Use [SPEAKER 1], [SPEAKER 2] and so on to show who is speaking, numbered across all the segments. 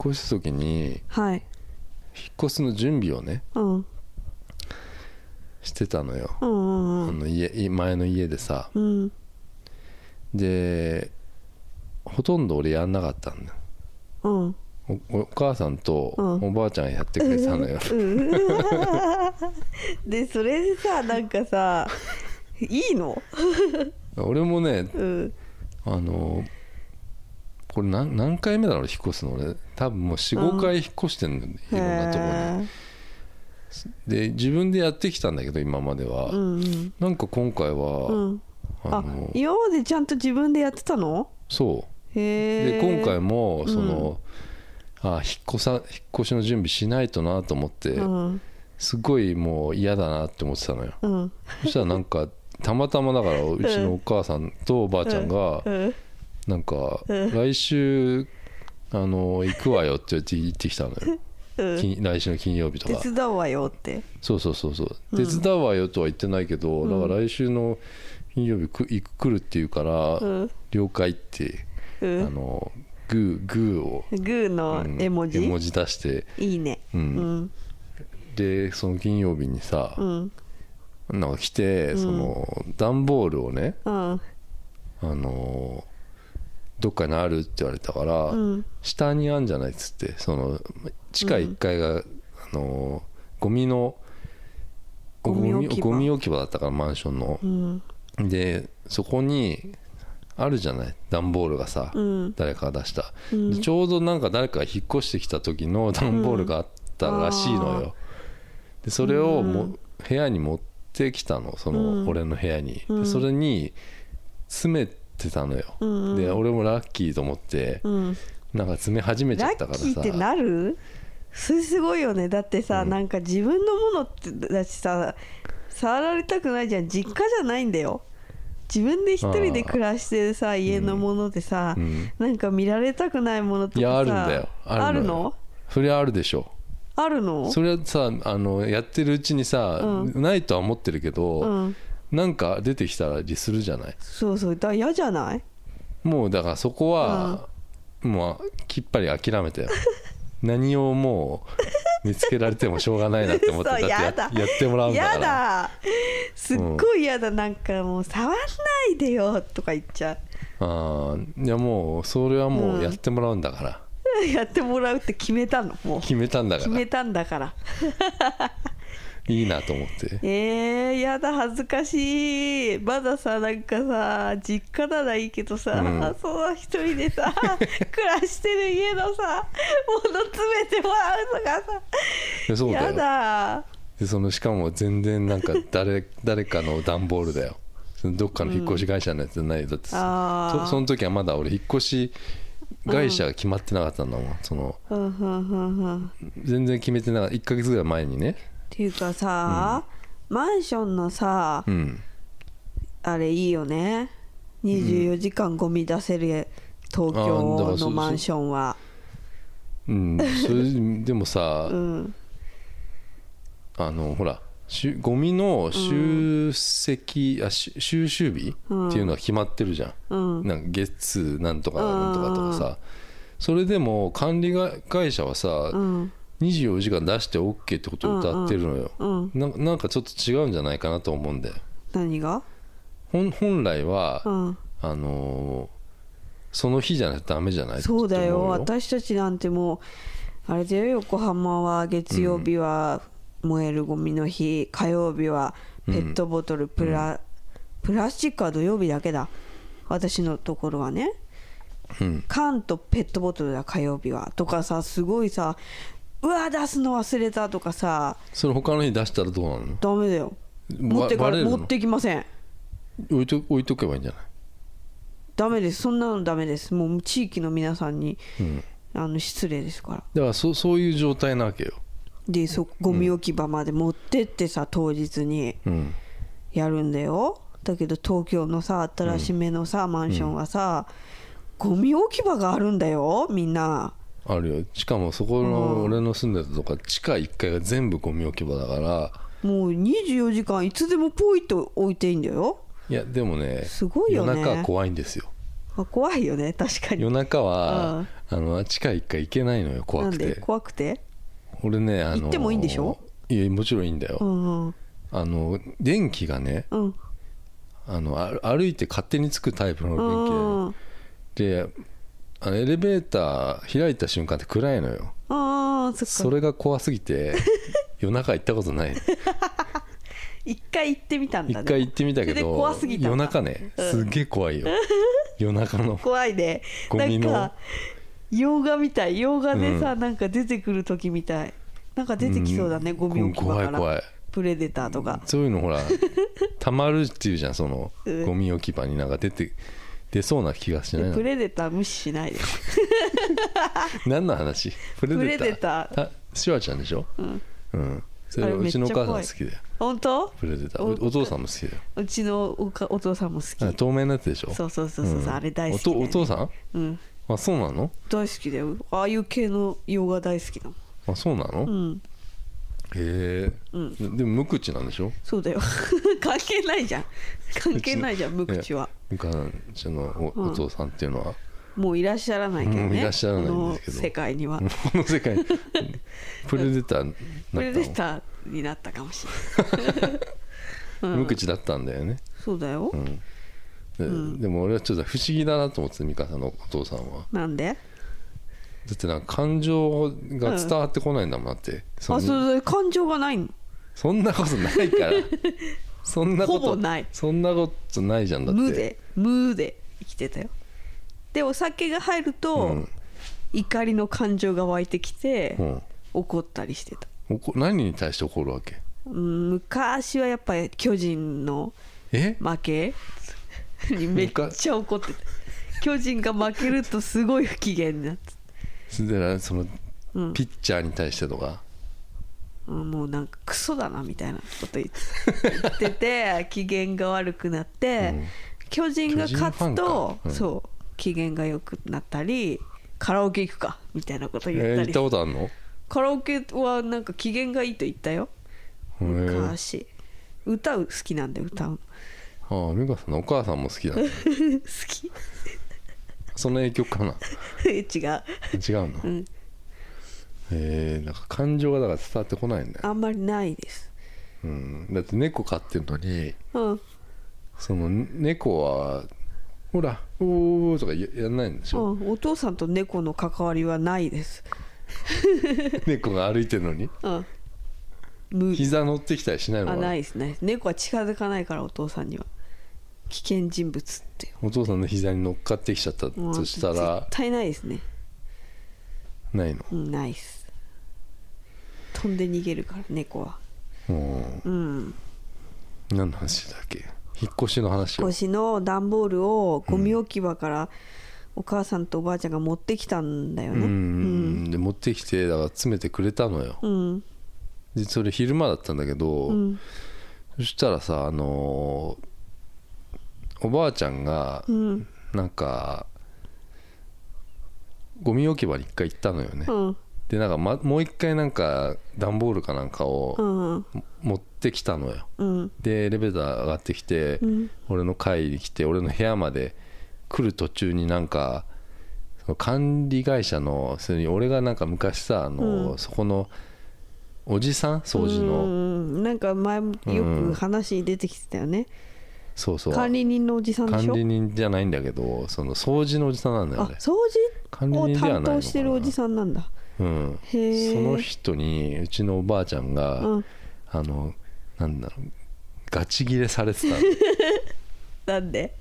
[SPEAKER 1] 越した時に
[SPEAKER 2] はい
[SPEAKER 1] 引っ越すの準備をね
[SPEAKER 2] うん
[SPEAKER 1] してたのよ、
[SPEAKER 2] うんうんう
[SPEAKER 1] あ
[SPEAKER 2] ん
[SPEAKER 1] の家い前の家でさ
[SPEAKER 2] うん
[SPEAKER 1] でほとんど俺やんなかったんだ
[SPEAKER 2] うん
[SPEAKER 1] おおお母さんと
[SPEAKER 2] うん
[SPEAKER 1] おばあちゃんやってくれてたのよ、
[SPEAKER 2] でそれでさなんかさいいの
[SPEAKER 1] 俺もね
[SPEAKER 2] うん
[SPEAKER 1] あのこれ何何回目だろう引っ越すの俺多分もう45回引っ越してんだよねいろんなところ
[SPEAKER 2] へ
[SPEAKER 1] にで自分でやってきたんだけど今までは、
[SPEAKER 2] ーうん
[SPEAKER 1] なんか今回は、
[SPEAKER 2] うんうん
[SPEAKER 1] あ
[SPEAKER 2] あ
[SPEAKER 1] の
[SPEAKER 2] 今までちゃんと自分でやってたの
[SPEAKER 1] そう
[SPEAKER 2] へ
[SPEAKER 1] で
[SPEAKER 2] え
[SPEAKER 1] 今回もその、あ引っ越さ引っ越しの準備しないとなと思って、
[SPEAKER 2] うん
[SPEAKER 1] すごいもう嫌だなって思ってたのよ
[SPEAKER 2] うん
[SPEAKER 1] そしたらなんかたまたまだからうちのお母さんとおばあちゃんが
[SPEAKER 2] うん
[SPEAKER 1] なんか
[SPEAKER 2] うん
[SPEAKER 1] 来週あの行くわよって言って言ってきたのよ
[SPEAKER 2] うん
[SPEAKER 1] 金来週の金曜日とか
[SPEAKER 2] 手伝うわよって
[SPEAKER 1] そうそうそうそう
[SPEAKER 2] う
[SPEAKER 1] 手
[SPEAKER 2] ん
[SPEAKER 1] 伝うわよとは言ってないけどだから来週の金曜日く行く来るっていうから
[SPEAKER 2] うん
[SPEAKER 1] 了解ってあ
[SPEAKER 2] うん
[SPEAKER 1] のグーグーを
[SPEAKER 2] グーの
[SPEAKER 1] うん
[SPEAKER 2] 絵文字、
[SPEAKER 1] 絵文字出して、
[SPEAKER 2] いいね
[SPEAKER 1] う
[SPEAKER 2] うんん
[SPEAKER 1] でその金曜日にさ
[SPEAKER 2] う、ん
[SPEAKER 1] なんか来て、その段ボールをね
[SPEAKER 2] うん
[SPEAKER 1] あのーどっかにあるって言われたから、
[SPEAKER 2] うん
[SPEAKER 1] 下にあんじゃないっつってその地下1階が、あのーゴミの
[SPEAKER 2] ゴミ置き場
[SPEAKER 1] ゴミ置き場だったからマンションの
[SPEAKER 2] う、ん
[SPEAKER 1] でそこにあるじゃない段ボールがさ、
[SPEAKER 2] うん
[SPEAKER 1] 誰かが出した、
[SPEAKER 2] うん
[SPEAKER 1] でちょうどなんか誰かが引っ越してきた時の段ボールがあったらしいのよ、
[SPEAKER 2] うんあ
[SPEAKER 1] でそれをも、
[SPEAKER 2] う
[SPEAKER 1] 部屋に持ってきたのそ
[SPEAKER 2] うん
[SPEAKER 1] の俺の部屋に、
[SPEAKER 2] うん
[SPEAKER 1] でそれに詰めてたのよ、
[SPEAKER 2] うん
[SPEAKER 1] で俺もラッキーと思って、
[SPEAKER 2] うん
[SPEAKER 1] なんか詰め始めちゃ
[SPEAKER 2] ラ
[SPEAKER 1] ったから
[SPEAKER 2] ッ
[SPEAKER 1] さ
[SPEAKER 2] キーってなるそれすごいよねだってさ、
[SPEAKER 1] うん
[SPEAKER 2] なんか自分のものってだしさ触られたくないじゃん実家じゃないんだよ自分で一人で暮らしてるさ家のものでさ、
[SPEAKER 1] うん
[SPEAKER 2] なんか見られたくないものとかさ
[SPEAKER 1] いやあるんだよ
[SPEAKER 2] あ
[SPEAKER 1] あ
[SPEAKER 2] る
[SPEAKER 1] る
[SPEAKER 2] の
[SPEAKER 1] のそれはあるでしょ
[SPEAKER 2] あるの
[SPEAKER 1] それはさあのやってるうちにさ、
[SPEAKER 2] う
[SPEAKER 1] ないとは思ってるけど、
[SPEAKER 2] うん、
[SPEAKER 1] なんか出てきたりするじゃない
[SPEAKER 2] そうそうだから嫌じゃない
[SPEAKER 1] もうだからそこは、もうきっぱり諦め たよ何をもう見つけられてもしょうがないなって思って
[SPEAKER 2] 嘘
[SPEAKER 1] だってや
[SPEAKER 2] やだ
[SPEAKER 1] やってもらうんだか
[SPEAKER 2] 嫌
[SPEAKER 1] ら
[SPEAKER 2] だすっごい嫌だなんかもう触んないでよとか言っちゃう
[SPEAKER 1] あーいやもうそれはもうんうやってもらうんだから、
[SPEAKER 2] やってもらうって決めたのもう
[SPEAKER 1] 決めたんだか
[SPEAKER 2] 決
[SPEAKER 1] ら
[SPEAKER 2] めたんだから
[SPEAKER 1] いいなと思って
[SPEAKER 2] えー、やだ恥ずかしいまださなんかさ実家ならいいけど
[SPEAKER 1] う
[SPEAKER 2] さ、
[SPEAKER 1] ん
[SPEAKER 2] その一人でさ 暮らしてる家のさもの詰めてもらうのがさ
[SPEAKER 1] でそうだ
[SPEAKER 2] や
[SPEAKER 1] よ
[SPEAKER 2] だ
[SPEAKER 1] でそのしかも全然なんか誰誰かの段ボールだよそのどっかの引っ越し会社のやつじゃないよだって
[SPEAKER 2] あー
[SPEAKER 1] そその時はまだ俺引っ越し会社が決まってなかったんだもん、その
[SPEAKER 2] うんうんうんうんっ
[SPEAKER 1] 全然決めてなかった1ヶ月ぐらい前にね
[SPEAKER 2] ていうかさ、マンションのさ、
[SPEAKER 1] うん
[SPEAKER 2] あれいいよね24時間ゴミ出せる東
[SPEAKER 1] あーだか
[SPEAKER 2] 京
[SPEAKER 1] らそう
[SPEAKER 2] のマンションは
[SPEAKER 1] うん、それでもさ、
[SPEAKER 2] うん
[SPEAKER 1] あのほらしゅゴミの集積、あし収集日、
[SPEAKER 2] うん
[SPEAKER 1] っていうのは決まってるじゃ、
[SPEAKER 2] うんん
[SPEAKER 1] なんか月なんとかなんとかとかさ、それでも管理が会社はさ、
[SPEAKER 2] うん
[SPEAKER 1] 24時間出して OK ってことを歌ってるのよ、
[SPEAKER 2] うん
[SPEAKER 1] なんかなんかちょっと違うんじゃないかなと思うんだよ
[SPEAKER 2] 何が
[SPEAKER 1] 本本来は、
[SPEAKER 2] うん
[SPEAKER 1] あのーその日じゃないとダメじゃない
[SPEAKER 2] そうだ
[SPEAKER 1] と
[SPEAKER 2] よ
[SPEAKER 1] 思
[SPEAKER 2] 私たちなんてもうあれだよ横浜は月曜日は燃えるゴミの日、火曜日はペットボトルプラ、プラスチックは土曜日だけだ私のところはね
[SPEAKER 1] うん
[SPEAKER 2] 缶とペットボトルだ火曜日はとかさすごいさうわ出すの忘れたとかさ
[SPEAKER 1] それ他の日出したらどうなの
[SPEAKER 2] ダメだよ持ってか
[SPEAKER 1] バレ
[SPEAKER 2] ら
[SPEAKER 1] る
[SPEAKER 2] 持
[SPEAKER 1] の
[SPEAKER 2] ってきません
[SPEAKER 1] 置いと置いとけばいいんじゃない
[SPEAKER 2] ダメですそんなのダメですもう地域の皆さんに、あの失礼ですから
[SPEAKER 1] だからそそういう状態なわけよ、
[SPEAKER 2] でそゴミ置き場まで持ってってさ当日に
[SPEAKER 1] うん、
[SPEAKER 2] やるんだよだけど東京のさ新しめのさ、マンションはさ、ゴミ置き場があるんだよみんな
[SPEAKER 1] あるよしかもそこの俺の住んでたとか地下1階が全部ゴミ置き場だから
[SPEAKER 2] もう24時間いつでもポイって置いていいんだよ
[SPEAKER 1] いやでもね
[SPEAKER 2] すごいよね
[SPEAKER 1] 夜中は怖いんですよ
[SPEAKER 2] まあ怖いよね確かに
[SPEAKER 1] 夜中は、あの地下1階行けないのよ怖く
[SPEAKER 2] なんで
[SPEAKER 1] て
[SPEAKER 2] 怖くて
[SPEAKER 1] 俺ねあの
[SPEAKER 2] 行ってもいいんでしょ
[SPEAKER 1] いやもちろんいいんだよ、
[SPEAKER 2] うんうん
[SPEAKER 1] あの電気がね
[SPEAKER 2] うん
[SPEAKER 1] あのあ歩いて勝手につくタイプの
[SPEAKER 2] うんう
[SPEAKER 1] 電
[SPEAKER 2] ん
[SPEAKER 1] 気でであのエレベーター開いた瞬間って暗いのよ
[SPEAKER 2] あーそ
[SPEAKER 1] そ
[SPEAKER 2] っか
[SPEAKER 1] れが怖すぎて夜中行ったことない
[SPEAKER 2] 一回行ってみたんだね
[SPEAKER 1] 一回行ってみたけ
[SPEAKER 2] それで
[SPEAKER 1] ど
[SPEAKER 2] 怖すぎたんだ
[SPEAKER 1] 夜中ね
[SPEAKER 2] うん
[SPEAKER 1] すっげえ怖い よ夜中の
[SPEAKER 2] 怖いね
[SPEAKER 1] ゴミの
[SPEAKER 2] なんか洋画みたい洋画でさ、なんか出てくる時みたいなんか出てきそうだね、
[SPEAKER 1] ん
[SPEAKER 2] ゴミ置き場か
[SPEAKER 1] 怖
[SPEAKER 2] ら
[SPEAKER 1] い怖い
[SPEAKER 2] プレデターとか
[SPEAKER 1] そういうのほ らたまるっていうじゃんその
[SPEAKER 2] うん
[SPEAKER 1] ゴミ置き場になんか出て出そうな気がしない
[SPEAKER 2] で
[SPEAKER 1] な
[SPEAKER 2] プレデター無視しないで
[SPEAKER 1] 何の話プレ
[SPEAKER 2] プ
[SPEAKER 1] デ
[SPEAKER 2] レ
[SPEAKER 1] タ
[SPEAKER 2] デ
[SPEAKER 1] ー
[SPEAKER 2] ター
[SPEAKER 1] あシュワちゃんでしょ
[SPEAKER 2] うん
[SPEAKER 1] うんそ
[SPEAKER 2] あ
[SPEAKER 1] れ
[SPEAKER 2] れめ
[SPEAKER 1] う
[SPEAKER 2] っち
[SPEAKER 1] ち
[SPEAKER 2] ゃ
[SPEAKER 1] のお母さん
[SPEAKER 2] 怖い
[SPEAKER 1] 好きだよ
[SPEAKER 2] 本当
[SPEAKER 1] プレデター
[SPEAKER 2] お
[SPEAKER 1] おお父さんも好きだよ
[SPEAKER 2] うちのおかお父さんも
[SPEAKER 1] な
[SPEAKER 2] 好
[SPEAKER 1] んか
[SPEAKER 2] き
[SPEAKER 1] 透明なやつでしょ
[SPEAKER 2] そうそうそうそう、
[SPEAKER 1] ん
[SPEAKER 2] あれ大好き、ね、
[SPEAKER 1] おとお父さん
[SPEAKER 2] うん
[SPEAKER 1] あそうなの
[SPEAKER 2] 大好きだよああいう系の洋画大好きなの
[SPEAKER 1] あそうなの、
[SPEAKER 2] う
[SPEAKER 1] へ
[SPEAKER 2] ん
[SPEAKER 1] え、
[SPEAKER 2] うん
[SPEAKER 1] ででも無口なんでしょ
[SPEAKER 2] そうだよ 関係ないじゃん関係ないじゃん無口は
[SPEAKER 1] うちのねうちのお,、
[SPEAKER 2] うん
[SPEAKER 1] お父さんっていうのは
[SPEAKER 2] もういらっしゃらないけどね、
[SPEAKER 1] もういらっしゃらないんですけど
[SPEAKER 2] この世界には
[SPEAKER 1] この世 界にプレデターになったの
[SPEAKER 2] プレデターになったかもしれない、うん
[SPEAKER 1] 無口だったんだよね、
[SPEAKER 2] そうだよ、
[SPEAKER 1] うんででも俺はちょっと不思議だなと思って美香さんのお父さんは
[SPEAKER 2] なんで
[SPEAKER 1] だってなんか感情が伝わってこないんだもんだって、そん
[SPEAKER 2] あそうそう感情がないの
[SPEAKER 1] そんなことないから そんなこと
[SPEAKER 2] ほぼない
[SPEAKER 1] そんなことないじゃんだって
[SPEAKER 2] 無で無で生きてたよでお酒が入ると、
[SPEAKER 1] うん
[SPEAKER 2] 怒りの感情が湧いてきて、
[SPEAKER 1] うん
[SPEAKER 2] 怒ったりしてた
[SPEAKER 1] おこ何に対して怒るわけ
[SPEAKER 2] うん昔はやっぱり巨人の
[SPEAKER 1] え
[SPEAKER 2] 負けにめっちゃ怒ってた巨人が負けるとすごい不機嫌になって
[SPEAKER 1] それでその
[SPEAKER 2] うん
[SPEAKER 1] ピッチャーに対してとか、
[SPEAKER 2] うんもうなんかクソだなみたいなこと言って言って て機嫌が悪くなって、
[SPEAKER 1] うん
[SPEAKER 2] 巨人が勝つ
[SPEAKER 1] 巨人ファン
[SPEAKER 2] と
[SPEAKER 1] か、うん
[SPEAKER 2] そう機嫌が良くなったりカラオケ行くかみたいなこと
[SPEAKER 1] え
[SPEAKER 2] 言った
[SPEAKER 1] ー行
[SPEAKER 2] り
[SPEAKER 1] ったことあるの
[SPEAKER 2] カラオケはなんか機嫌がいいと言ったよ
[SPEAKER 1] へー
[SPEAKER 2] 昔歌う好きなんで歌うの
[SPEAKER 1] ああ美香さんのお母さんも好きだ
[SPEAKER 2] 好き
[SPEAKER 1] その影響かな
[SPEAKER 2] 違う
[SPEAKER 1] 違うの、
[SPEAKER 2] うん
[SPEAKER 1] へえなんか感情がだから伝わってこないんだよ、
[SPEAKER 2] あんまりないです
[SPEAKER 1] うん、だって猫飼ってるのに
[SPEAKER 2] うん
[SPEAKER 1] その猫はほらおーおーとかややんないんでし
[SPEAKER 2] う
[SPEAKER 1] ょ、
[SPEAKER 2] ん、お父さんと猫の関わりはないです。
[SPEAKER 1] 猫が歩いてるのに
[SPEAKER 2] うん。無
[SPEAKER 1] 膝乗ってきたりしないの
[SPEAKER 2] あ
[SPEAKER 1] か
[SPEAKER 2] な
[SPEAKER 1] ない
[SPEAKER 2] ですね。猫は近づかないからお父さんには危険人物って。
[SPEAKER 1] お父さんの膝に乗っかってきちゃった
[SPEAKER 2] うん
[SPEAKER 1] としたら
[SPEAKER 2] 絶対ないですね。
[SPEAKER 1] ないの
[SPEAKER 2] うん、ないです。飛んで逃げるから猫は。
[SPEAKER 1] うん
[SPEAKER 2] うん。
[SPEAKER 1] 何の話だっけ引っ越しの話を
[SPEAKER 2] 腰の段ボールをゴミ置き場からお母さんとおばあちゃんが持ってきたんだよ
[SPEAKER 1] うん
[SPEAKER 2] ね。うん。
[SPEAKER 1] で持ってきてだから詰めてくれたのよ
[SPEAKER 2] うん。
[SPEAKER 1] でそれ昼間だったんだけど、
[SPEAKER 2] うん。
[SPEAKER 1] そしたらさあのーおばあちゃんが
[SPEAKER 2] うん。
[SPEAKER 1] なんかゴミ置き場に一回行ったのよね、
[SPEAKER 2] うん。
[SPEAKER 1] でなんか、ま、もう一回なんか段ボールかなんか
[SPEAKER 2] う
[SPEAKER 1] を
[SPEAKER 2] ん。
[SPEAKER 1] 持ってきたのよ
[SPEAKER 2] うん。
[SPEAKER 1] でエレベーター上がってきて、
[SPEAKER 2] うん
[SPEAKER 1] 俺の階に来て俺の部屋まで来る途中になんかその管理会社のそれに俺がなんか昔さあの、
[SPEAKER 2] うん
[SPEAKER 1] そこのおじさん掃除の、
[SPEAKER 2] うんなんか前もよく話に出てきてたよね、
[SPEAKER 1] そうそう
[SPEAKER 2] 管理人のおじさんで
[SPEAKER 1] 管
[SPEAKER 2] しょ
[SPEAKER 1] 理人じゃないんだけどその掃除のおじさんなんだ
[SPEAKER 2] あ
[SPEAKER 1] よね
[SPEAKER 2] 掃
[SPEAKER 1] 管理
[SPEAKER 2] 除を
[SPEAKER 1] 人ではないの
[SPEAKER 2] 担
[SPEAKER 1] かな
[SPEAKER 2] 当してるおじさんなんだ
[SPEAKER 1] うん
[SPEAKER 2] へー
[SPEAKER 1] その人にうちのおばあちゃんが、
[SPEAKER 2] うん
[SPEAKER 1] あのなんだろうガチギレされてた の
[SPEAKER 2] なんで、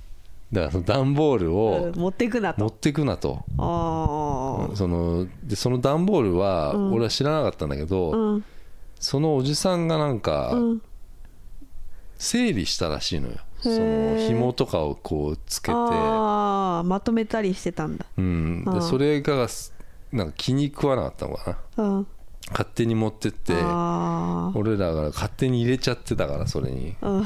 [SPEAKER 1] だからその段ボール
[SPEAKER 2] うん
[SPEAKER 1] を
[SPEAKER 2] 持ってくな
[SPEAKER 1] 持っ
[SPEAKER 2] と
[SPEAKER 1] てくなと、
[SPEAKER 2] ああ
[SPEAKER 1] そのでその段ボールは
[SPEAKER 2] うん
[SPEAKER 1] 俺は知らなかったんだけど、
[SPEAKER 2] うん
[SPEAKER 1] そのおじさんがなんか
[SPEAKER 2] うん
[SPEAKER 1] 整理したらしいのよ、
[SPEAKER 2] へー
[SPEAKER 1] その紐とかをこうつけて、
[SPEAKER 2] ああまとめたりしてたんだ
[SPEAKER 1] うん、
[SPEAKER 2] あ
[SPEAKER 1] で
[SPEAKER 2] ー
[SPEAKER 1] それがすなんか気に食わなかったのかな
[SPEAKER 2] うん
[SPEAKER 1] 勝手に持ってって
[SPEAKER 2] あ
[SPEAKER 1] 俺らが勝手に入れちゃってたからそれに
[SPEAKER 2] あうん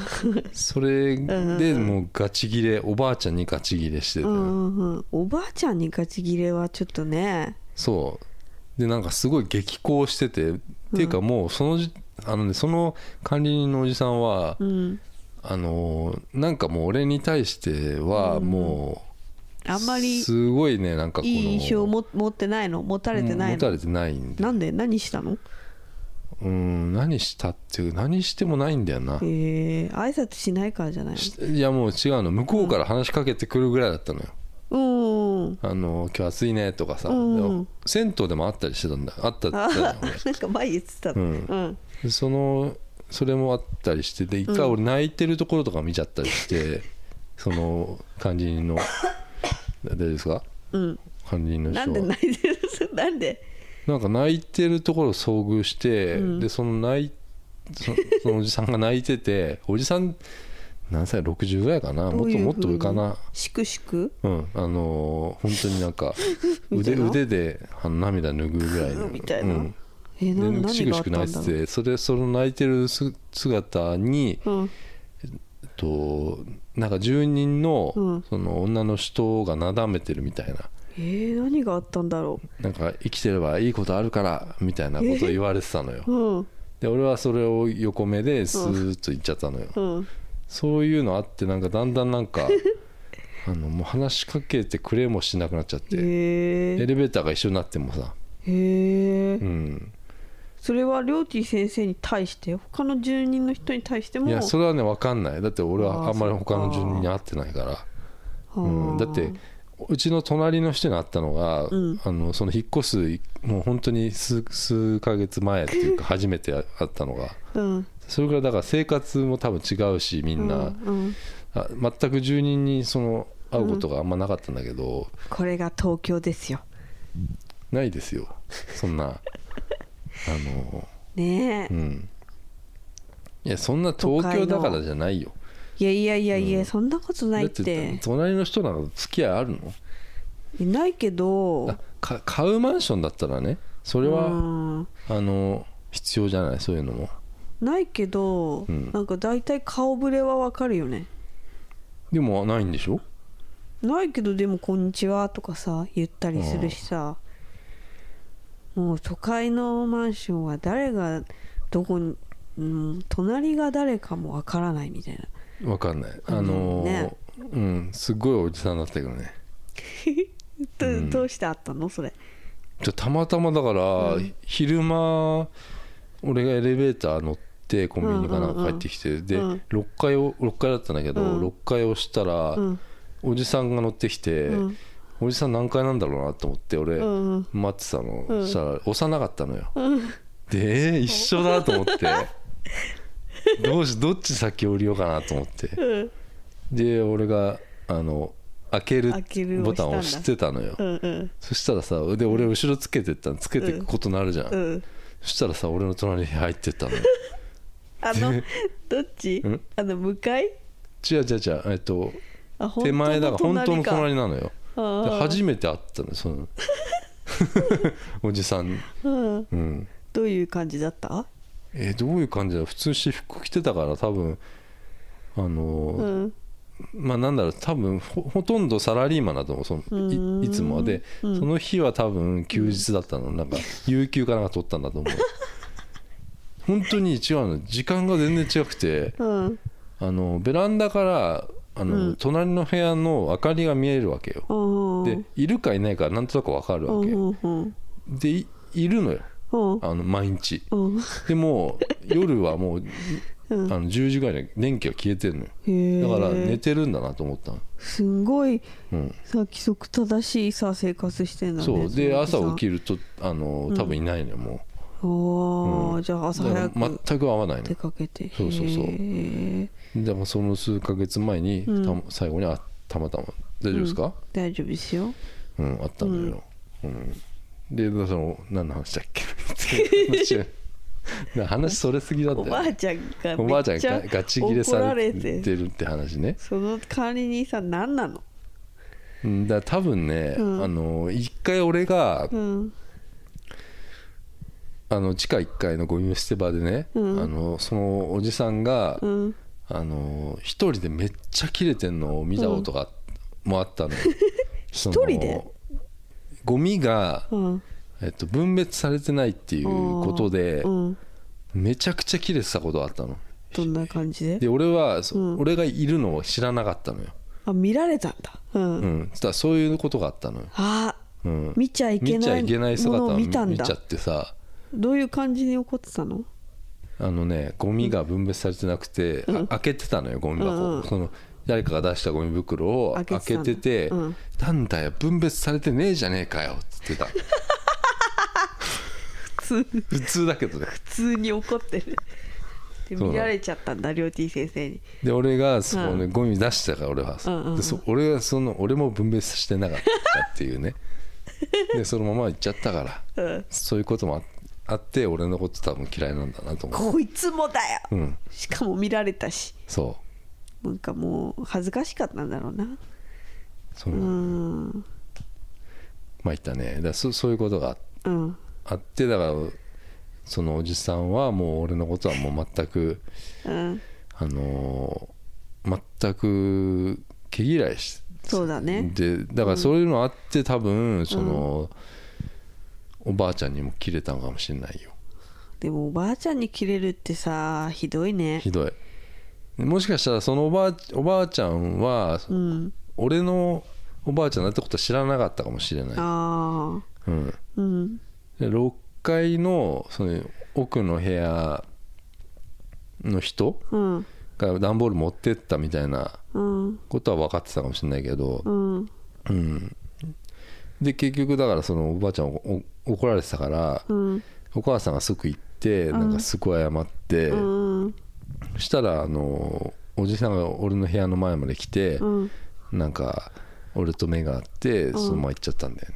[SPEAKER 1] それ
[SPEAKER 2] ん
[SPEAKER 1] でもうガチギレおばあちゃんにガチギレしてて、
[SPEAKER 2] うんうんうんおばあちゃんにガチギレはちょっとね
[SPEAKER 1] そうでなんかすごい激高してて、っていうかもうそのじあの、ね、その管理人のおじさんは、
[SPEAKER 2] うん
[SPEAKER 1] あのーなんかもう俺に対してはも
[SPEAKER 2] あんまりいい
[SPEAKER 1] すごいねなんかこの
[SPEAKER 2] 印象も持ってないの持たれてな
[SPEAKER 1] うん
[SPEAKER 2] い
[SPEAKER 1] 持た
[SPEAKER 2] の、
[SPEAKER 1] れてないんで
[SPEAKER 2] なんで何したの
[SPEAKER 1] うん何したっていう何してもないんだよな
[SPEAKER 2] えー、挨拶しないからじゃない
[SPEAKER 1] しいやもう違うの向こうから話しかけてくるぐらいだったのよ
[SPEAKER 2] のうん
[SPEAKER 1] 「あの今日暑いね」とかさ、
[SPEAKER 2] うんうん
[SPEAKER 1] で銭湯でもあったりしてたんだあったって言
[SPEAKER 2] あ
[SPEAKER 1] ってたのよ
[SPEAKER 2] なんか前言ってたの
[SPEAKER 1] う
[SPEAKER 2] うんん、
[SPEAKER 1] でそのそれもあったりしてで一回俺泣いてるところとか見ちゃったりして、その肝心の大丈夫ですか
[SPEAKER 2] うん
[SPEAKER 1] 肝心の人
[SPEAKER 2] な
[SPEAKER 1] は
[SPEAKER 2] んで泣いてるなんで
[SPEAKER 1] なんか泣いてるところを遭遇して、
[SPEAKER 2] うん
[SPEAKER 1] でその泣いそ のそのおじさんが泣いてておじさん何歳60ぐらいかな
[SPEAKER 2] どういう
[SPEAKER 1] もっともっと上かな
[SPEAKER 2] しくしく
[SPEAKER 1] うんあのー本当になんか
[SPEAKER 2] みた
[SPEAKER 1] 腕
[SPEAKER 2] いな
[SPEAKER 1] 腕であの涙拭うぐらいの
[SPEAKER 2] みたいな
[SPEAKER 1] うん、
[SPEAKER 2] えー、な
[SPEAKER 1] でし
[SPEAKER 2] 何
[SPEAKER 1] く
[SPEAKER 2] があっ
[SPEAKER 1] したく
[SPEAKER 2] んだろ
[SPEAKER 1] 泣
[SPEAKER 2] う
[SPEAKER 1] いててそれその泣いてるす姿に、
[SPEAKER 2] うん
[SPEAKER 1] えっとなんか住人の,、
[SPEAKER 2] うん
[SPEAKER 1] その女の人がなだめてるみたいな
[SPEAKER 2] えー、何があったんだろ
[SPEAKER 1] なんか生きてればいいことあるからみたいなことを言われてたのよ
[SPEAKER 2] ううん
[SPEAKER 1] で俺はそれを横目でスーッと行っちゃったのよ、
[SPEAKER 2] うん
[SPEAKER 1] そういうのあってなんかだんだんなん かあのもう話しかけてくれもしなくなっちゃって、
[SPEAKER 2] へ
[SPEAKER 1] エ
[SPEAKER 2] え
[SPEAKER 1] レベーターが一緒になってもさ、
[SPEAKER 2] へえ
[SPEAKER 1] うん、
[SPEAKER 2] それはりょうてぃ先生に対して他の住人の人に対しても
[SPEAKER 1] いやそ
[SPEAKER 2] れ
[SPEAKER 1] れはね分かんないだって俺はあんまり他の住人に
[SPEAKER 2] あ
[SPEAKER 1] 会ってないから、うん、だってうちの隣の人に会ったのが、
[SPEAKER 2] うん
[SPEAKER 1] あのその引っ越すもう本当に数数ヶ月前っていうか初めて会ったのが
[SPEAKER 2] うん
[SPEAKER 1] それからだから生活も多分違うしみんな、
[SPEAKER 2] うん、
[SPEAKER 1] あ全く住人にその会うことがあんまなかったんだけど、
[SPEAKER 2] これが東京ですよ
[SPEAKER 1] ないですよそ んなあの
[SPEAKER 2] ね
[SPEAKER 1] う
[SPEAKER 2] え、
[SPEAKER 1] んいやそんな東京だからじゃないよ
[SPEAKER 2] いやいやいやいや、そんなことないっ
[SPEAKER 1] だって
[SPEAKER 2] て
[SPEAKER 1] 隣の人なんか付き合いあるの
[SPEAKER 2] いないけど
[SPEAKER 1] あか買うマンションだったらねそれは、
[SPEAKER 2] うん
[SPEAKER 1] あの必要じゃないそういうのも
[SPEAKER 2] ないけど、
[SPEAKER 1] うん
[SPEAKER 2] なんか大体顔ぶれはわかるよね
[SPEAKER 1] でもないんでしょ
[SPEAKER 2] ないけどでも「こんにちは」とかさ言ったりするしさ、もう都会のマンションは誰がどこに、うん、隣が誰かもわからないみたいな
[SPEAKER 1] わかんないあの、
[SPEAKER 2] ね
[SPEAKER 1] うんすっごいおじさんだったけどね
[SPEAKER 2] ど,、どうしてあったのそれ
[SPEAKER 1] じゃたまたまだから、昼間俺がエレベーター乗ってコンビニかなん
[SPEAKER 2] うんうんう
[SPEAKER 1] か
[SPEAKER 2] ん
[SPEAKER 1] 帰ってきて、で、
[SPEAKER 2] うん
[SPEAKER 1] 6階を6階だったんだけど、
[SPEAKER 2] うん
[SPEAKER 1] 6階を押したら、
[SPEAKER 2] うん
[SPEAKER 1] おじさんが乗ってきて、
[SPEAKER 2] うん
[SPEAKER 1] おじさん何階なんだろうなと思って俺、
[SPEAKER 2] うん
[SPEAKER 1] 待ってたの、
[SPEAKER 2] うん
[SPEAKER 1] そしたら押さなかったのよ、
[SPEAKER 2] うん
[SPEAKER 1] でえー一緒だと思って どうしどっち先降りようかなと思って
[SPEAKER 2] うん
[SPEAKER 1] で俺があの開ける
[SPEAKER 2] 開ける
[SPEAKER 1] ボタンを
[SPEAKER 2] 押
[SPEAKER 1] 押
[SPEAKER 2] したん
[SPEAKER 1] し
[SPEAKER 2] だ
[SPEAKER 1] てたのよ
[SPEAKER 2] うんうん
[SPEAKER 1] そしたらさで俺後ろつけてったのつけていくことになるじゃん、
[SPEAKER 2] うん
[SPEAKER 1] そしたらさ俺の隣に入ってったのよ
[SPEAKER 2] あのどっち
[SPEAKER 1] うん
[SPEAKER 2] あの向かい
[SPEAKER 1] 違う違う違うえっと
[SPEAKER 2] あ
[SPEAKER 1] 手前だから本当の隣なのよ
[SPEAKER 2] あ
[SPEAKER 1] で
[SPEAKER 2] ー
[SPEAKER 1] 初めて会ったのよそ のおじさん
[SPEAKER 2] うん
[SPEAKER 1] うん
[SPEAKER 2] どういう感じだった
[SPEAKER 1] えーどういう感じだろう普通私服着てたから多分あのー
[SPEAKER 2] うん
[SPEAKER 1] まあなんだろう多分ほほとんどサラリーマンだと思うそのいいつもはで、その日は多分休日だったのなんか有給かなんか取ったんだ と思う本当に違うの時間が全然違くて
[SPEAKER 2] うん
[SPEAKER 1] あのベランダからあの、
[SPEAKER 2] うん
[SPEAKER 1] 隣の部屋の明かりが見えるわけよ
[SPEAKER 2] うん
[SPEAKER 1] でいるかいないかなんとなくわかる
[SPEAKER 2] うん
[SPEAKER 1] わけ
[SPEAKER 2] うんうん
[SPEAKER 1] でいいるのよ
[SPEAKER 2] うん
[SPEAKER 1] あの毎日
[SPEAKER 2] うん
[SPEAKER 1] でも夜はもうあ
[SPEAKER 2] うん
[SPEAKER 1] の10時ぐらいに電気が消えてるのよ
[SPEAKER 2] へえ
[SPEAKER 1] だから寝てるんだなと思ったの、
[SPEAKER 2] すんごい
[SPEAKER 1] うん、
[SPEAKER 2] さ規則正しいさ生活してんだね
[SPEAKER 1] そうで朝起き
[SPEAKER 2] る
[SPEAKER 1] るとあの多分いないのよも
[SPEAKER 2] おー
[SPEAKER 1] うん
[SPEAKER 2] じゃあ
[SPEAKER 1] う
[SPEAKER 2] 朝
[SPEAKER 1] だ
[SPEAKER 2] 早
[SPEAKER 1] から
[SPEAKER 2] く
[SPEAKER 1] 全く合わないの
[SPEAKER 2] 出かけて
[SPEAKER 1] そうそうそう
[SPEAKER 2] へー
[SPEAKER 1] でもその数ヶ月前に
[SPEAKER 2] うん
[SPEAKER 1] たま最後にあたまたま大丈夫ですか
[SPEAKER 2] 大丈夫ですよ
[SPEAKER 1] うん、あったのよ、うんでその何の話だっけ話な 話それすぎだった
[SPEAKER 2] おばあちゃんが
[SPEAKER 1] おばあちゃんが
[SPEAKER 2] めっ
[SPEAKER 1] ガチ切れされ
[SPEAKER 2] 怒られ
[SPEAKER 1] て
[SPEAKER 2] て
[SPEAKER 1] るって話ね
[SPEAKER 2] その管理人さん何なの
[SPEAKER 1] うんだから多分ね、
[SPEAKER 2] うん
[SPEAKER 1] あの一回俺が
[SPEAKER 2] うん
[SPEAKER 1] あの地下1階のゴミ捨て場でね、
[SPEAKER 2] うん
[SPEAKER 1] あのそのおじさんが、
[SPEAKER 2] うん
[SPEAKER 1] あのー一人でめっちゃキレてんのを見たことが、もあったの一
[SPEAKER 2] 一人で
[SPEAKER 1] ゴミが、
[SPEAKER 2] うん
[SPEAKER 1] えっと、分別されてないっていうことで、
[SPEAKER 2] うん
[SPEAKER 1] めちゃくちゃキレてたことがあったの
[SPEAKER 2] どんな感じで
[SPEAKER 1] で俺は、そ
[SPEAKER 2] うん
[SPEAKER 1] 俺がいるのを知らなかったのよ
[SPEAKER 2] あ見られたんだうん、
[SPEAKER 1] うん、そしたらそういうことがあったのよ、
[SPEAKER 2] あ
[SPEAKER 1] うん、
[SPEAKER 2] 見ちゃいけ
[SPEAKER 1] 見ちゃ
[SPEAKER 2] ない
[SPEAKER 1] いけない
[SPEAKER 2] も
[SPEAKER 1] 姿
[SPEAKER 2] のを
[SPEAKER 1] を見
[SPEAKER 2] 見たん
[SPEAKER 1] 見
[SPEAKER 2] だ
[SPEAKER 1] ちゃってさ
[SPEAKER 2] どういう感じに怒ってたの
[SPEAKER 1] あのねゴミが分別されてなくて、あ開けてたのよゴミ箱、
[SPEAKER 2] うんうん
[SPEAKER 1] その誰かが出したゴミ袋を開
[SPEAKER 2] 開
[SPEAKER 1] け
[SPEAKER 2] け
[SPEAKER 1] てて
[SPEAKER 2] てたんだうん
[SPEAKER 1] なんだよ分別されてねえじゃねえかよ」っつって た
[SPEAKER 2] 普通
[SPEAKER 1] 普通だけどね
[SPEAKER 2] 普通に怒ってる
[SPEAKER 1] そ
[SPEAKER 2] で
[SPEAKER 1] うなの
[SPEAKER 2] 見られちゃったんだ両 T 先生に
[SPEAKER 1] で俺がそこ、ねゴミ出したから俺は、
[SPEAKER 2] うんうんうん
[SPEAKER 1] でそ俺はその俺も分別してなかったっていう ねでそのまま行っちゃったから
[SPEAKER 2] うん
[SPEAKER 1] そういうこともああって俺のこと多分嫌いなんだなと思う
[SPEAKER 2] こいつもだよ、
[SPEAKER 1] うん
[SPEAKER 2] しかも見られたし
[SPEAKER 1] そ
[SPEAKER 2] なんかもう恥ずかしかったんだろうな
[SPEAKER 1] うそう、
[SPEAKER 2] うん
[SPEAKER 1] まあ言ったねだからそそういうことがあって
[SPEAKER 2] うん
[SPEAKER 1] あってだからそのおじさんはもう俺のことはもう全く
[SPEAKER 2] うん
[SPEAKER 1] あのー全く毛嫌いし
[SPEAKER 2] そうだね
[SPEAKER 1] でだからそういうのあって多分その、おばあちゃんにも切れたのかもしれないよ
[SPEAKER 2] でもおばあちゃんにキレるってさひどいね
[SPEAKER 1] ひどいもしかしたらそのおばあおばあちゃんは、
[SPEAKER 2] うん
[SPEAKER 1] 俺のおばあちゃんだってことは知らなかったかもしれない、
[SPEAKER 2] ああ
[SPEAKER 1] うん、
[SPEAKER 2] うん
[SPEAKER 1] で6階のその奥の部屋の人
[SPEAKER 2] うん
[SPEAKER 1] が段ボール持ってったみたいな
[SPEAKER 2] うん
[SPEAKER 1] ことは分かってたかもしれないけど、
[SPEAKER 2] うん
[SPEAKER 1] うん、で結局だからそのおばあちゃんをお怒られてたから、
[SPEAKER 2] うん
[SPEAKER 1] お母さんがすぐ行ってなんかすごい謝って、
[SPEAKER 2] うん
[SPEAKER 1] そしたらあのおじさんが俺の部屋の前まで来て、
[SPEAKER 2] うん
[SPEAKER 1] なんか俺と目があってそのまま行っちゃったんだよね、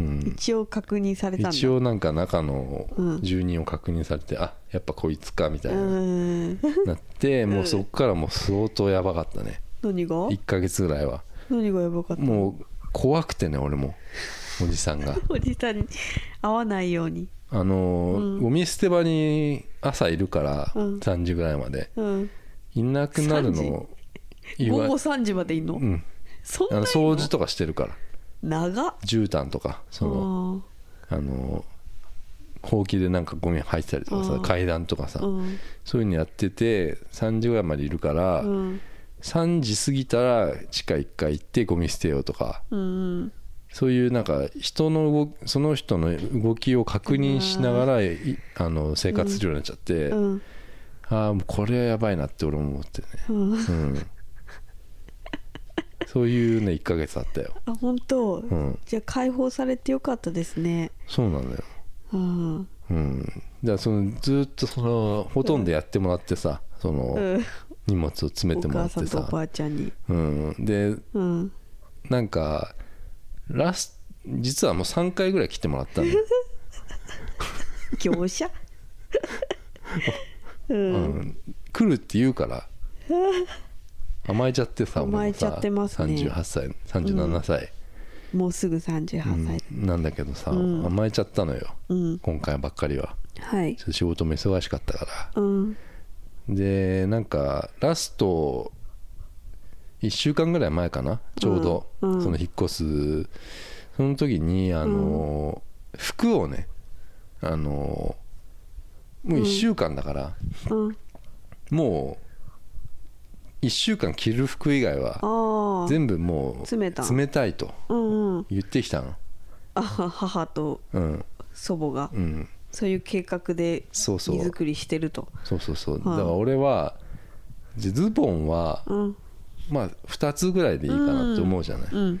[SPEAKER 1] うん、
[SPEAKER 2] 一応確認されたんだ
[SPEAKER 1] 一応なんか中の
[SPEAKER 2] うん
[SPEAKER 1] 住人を確認されて、あやっぱこいつかみたいうな、
[SPEAKER 2] ん
[SPEAKER 1] なってもうそこからもう相当やばかったね
[SPEAKER 2] 何が
[SPEAKER 1] 1ヶ月ぐらいは
[SPEAKER 2] 何がやばかったの
[SPEAKER 1] もう怖くてね俺もおじさんが
[SPEAKER 2] おじさんに会わないように
[SPEAKER 1] あのー、
[SPEAKER 2] うん
[SPEAKER 1] ゴミ捨て場に朝いるから、
[SPEAKER 2] うん
[SPEAKER 1] 3時ぐらいまで
[SPEAKER 2] うん
[SPEAKER 1] いなくなるの
[SPEAKER 2] 午後
[SPEAKER 1] わ
[SPEAKER 2] 3時までいんの、
[SPEAKER 1] うん、
[SPEAKER 2] そん
[SPEAKER 1] あ
[SPEAKER 2] な
[SPEAKER 1] の
[SPEAKER 2] に
[SPEAKER 1] 掃除とかしてるから
[SPEAKER 2] 長っ
[SPEAKER 1] 絨毯とかそのあのーほうきでなんかゴミ入ってたりとか
[SPEAKER 2] う
[SPEAKER 1] さ
[SPEAKER 2] ん
[SPEAKER 1] 階段とかさ、
[SPEAKER 2] うん
[SPEAKER 1] そういうのやってて3時ぐらいまでいるから、
[SPEAKER 2] うん
[SPEAKER 1] 3時過ぎたら地下1階行ってゴミ捨てようとか
[SPEAKER 2] うん
[SPEAKER 1] そういうなんか人の動きその人の動きを確認しながらいあの生活するようになっちゃって、
[SPEAKER 2] うん
[SPEAKER 1] ああもうこれはやばいなって俺も思ってね、
[SPEAKER 2] うん
[SPEAKER 1] うん、そういうね1ヶ月あったよ、
[SPEAKER 2] あ本当、
[SPEAKER 1] うん、
[SPEAKER 2] じゃあ解放されてよかったですね
[SPEAKER 1] そうなんだよ、
[SPEAKER 2] うん
[SPEAKER 1] うん、だからそのずっとそのほとんどやってもらってさその、
[SPEAKER 2] うん
[SPEAKER 1] 荷物を詰め
[SPEAKER 2] お
[SPEAKER 1] てもら
[SPEAKER 2] 母
[SPEAKER 1] っ
[SPEAKER 2] さ
[SPEAKER 1] て
[SPEAKER 2] んとおば
[SPEAKER 1] さ、
[SPEAKER 2] あちゃんに
[SPEAKER 1] うん、で
[SPEAKER 2] うん
[SPEAKER 1] なんかラス実はもう3回ぐらい来てもらったのよ、
[SPEAKER 2] 業 者う、
[SPEAKER 1] うんん、来るって言うから甘えちゃってさ
[SPEAKER 2] 甘えちゃってますね
[SPEAKER 1] 俺もさ38歳37歳、
[SPEAKER 2] もうすぐ38歳
[SPEAKER 1] うんなんだけどさ、
[SPEAKER 2] うん
[SPEAKER 1] 甘えちゃったのよ
[SPEAKER 2] うん、
[SPEAKER 1] 今回ばっかりは
[SPEAKER 2] はい
[SPEAKER 1] ちょっと仕事も忙しかったから
[SPEAKER 2] うん
[SPEAKER 1] でなんかラスト1週間ぐらい前かなちょうど、
[SPEAKER 2] うんうん
[SPEAKER 1] その引っ越すその時にあの、服をねあのもう1週間だから、
[SPEAKER 2] うん
[SPEAKER 1] もう1週間着る服以外は
[SPEAKER 2] ああ
[SPEAKER 1] 全部もう
[SPEAKER 2] 詰めた
[SPEAKER 1] 冷たいと
[SPEAKER 2] うんうん
[SPEAKER 1] 言ってきたの
[SPEAKER 2] あは母と
[SPEAKER 1] うん
[SPEAKER 2] 祖母が
[SPEAKER 1] うん
[SPEAKER 2] そういう計画で
[SPEAKER 1] そうそう
[SPEAKER 2] 荷造りしてると
[SPEAKER 1] そうそうそう、
[SPEAKER 2] い
[SPEAKER 1] だから俺はじゃズボンは
[SPEAKER 2] うん
[SPEAKER 1] まあ2つぐらいでいいかなって思うじゃない、
[SPEAKER 2] うん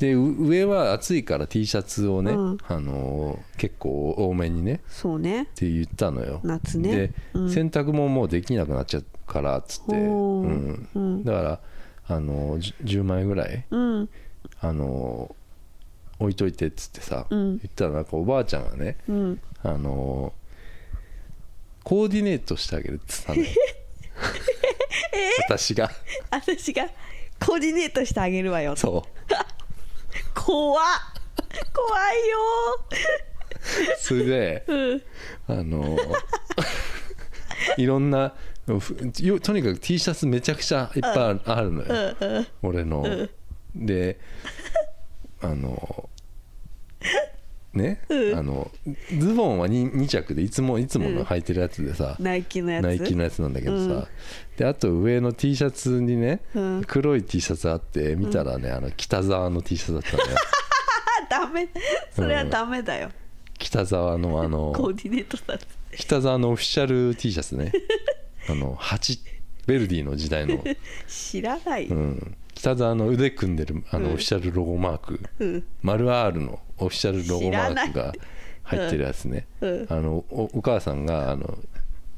[SPEAKER 1] でう上は暑いから T シャツをね、
[SPEAKER 2] うん
[SPEAKER 1] あのー結構多めにね
[SPEAKER 2] そうね
[SPEAKER 1] って言ったのよ
[SPEAKER 2] 夏ね
[SPEAKER 1] で、
[SPEAKER 2] うん
[SPEAKER 1] 洗濯ももうできなくなっちゃうからっつって、
[SPEAKER 2] ほう
[SPEAKER 1] うん
[SPEAKER 2] うん
[SPEAKER 1] だからあのーじゅ 10, 枚ぐらい、
[SPEAKER 2] うん
[SPEAKER 1] あのー置いといてっつってさ、
[SPEAKER 2] うん
[SPEAKER 1] 言ったらなんかおばあちゃんがね、
[SPEAKER 2] うん
[SPEAKER 1] あのーコーディネートしてあげるって言って たのよ私が
[SPEAKER 2] 私がコーディネートしてあげるわよと
[SPEAKER 1] そう
[SPEAKER 2] 怖っ怖いよ
[SPEAKER 1] それで、あのいろんなふよとにかく T シャツめちゃくちゃいっぱいあるのよ、俺の、であのね、
[SPEAKER 2] うん
[SPEAKER 1] あのズボンは 2, 2着でいつもいつもの履いてるやつでさ、
[SPEAKER 2] ナイキのやつ
[SPEAKER 1] ナイキのやつなんだけどさ、
[SPEAKER 2] うん
[SPEAKER 1] であと上の T シャツにね、
[SPEAKER 2] うん
[SPEAKER 1] 黒い T シャツあって見たらね、あの北沢の T シャツだった のよ
[SPEAKER 2] あダメそれはダメだよ、
[SPEAKER 1] 北沢のあの
[SPEAKER 2] コーディネートされて
[SPEAKER 1] 北沢のオフィシャル T シャツ ねあの8ベルディの時代の、
[SPEAKER 2] 知らない、
[SPEAKER 1] う
[SPEAKER 2] うん
[SPEAKER 1] ん、北沢の腕組んでるあの
[SPEAKER 2] うん
[SPEAKER 1] オフィシャルロゴマーク、丸 R のオフィシャルロゴマークが入ってるやつね、
[SPEAKER 2] うん
[SPEAKER 1] あのおお母さんがあの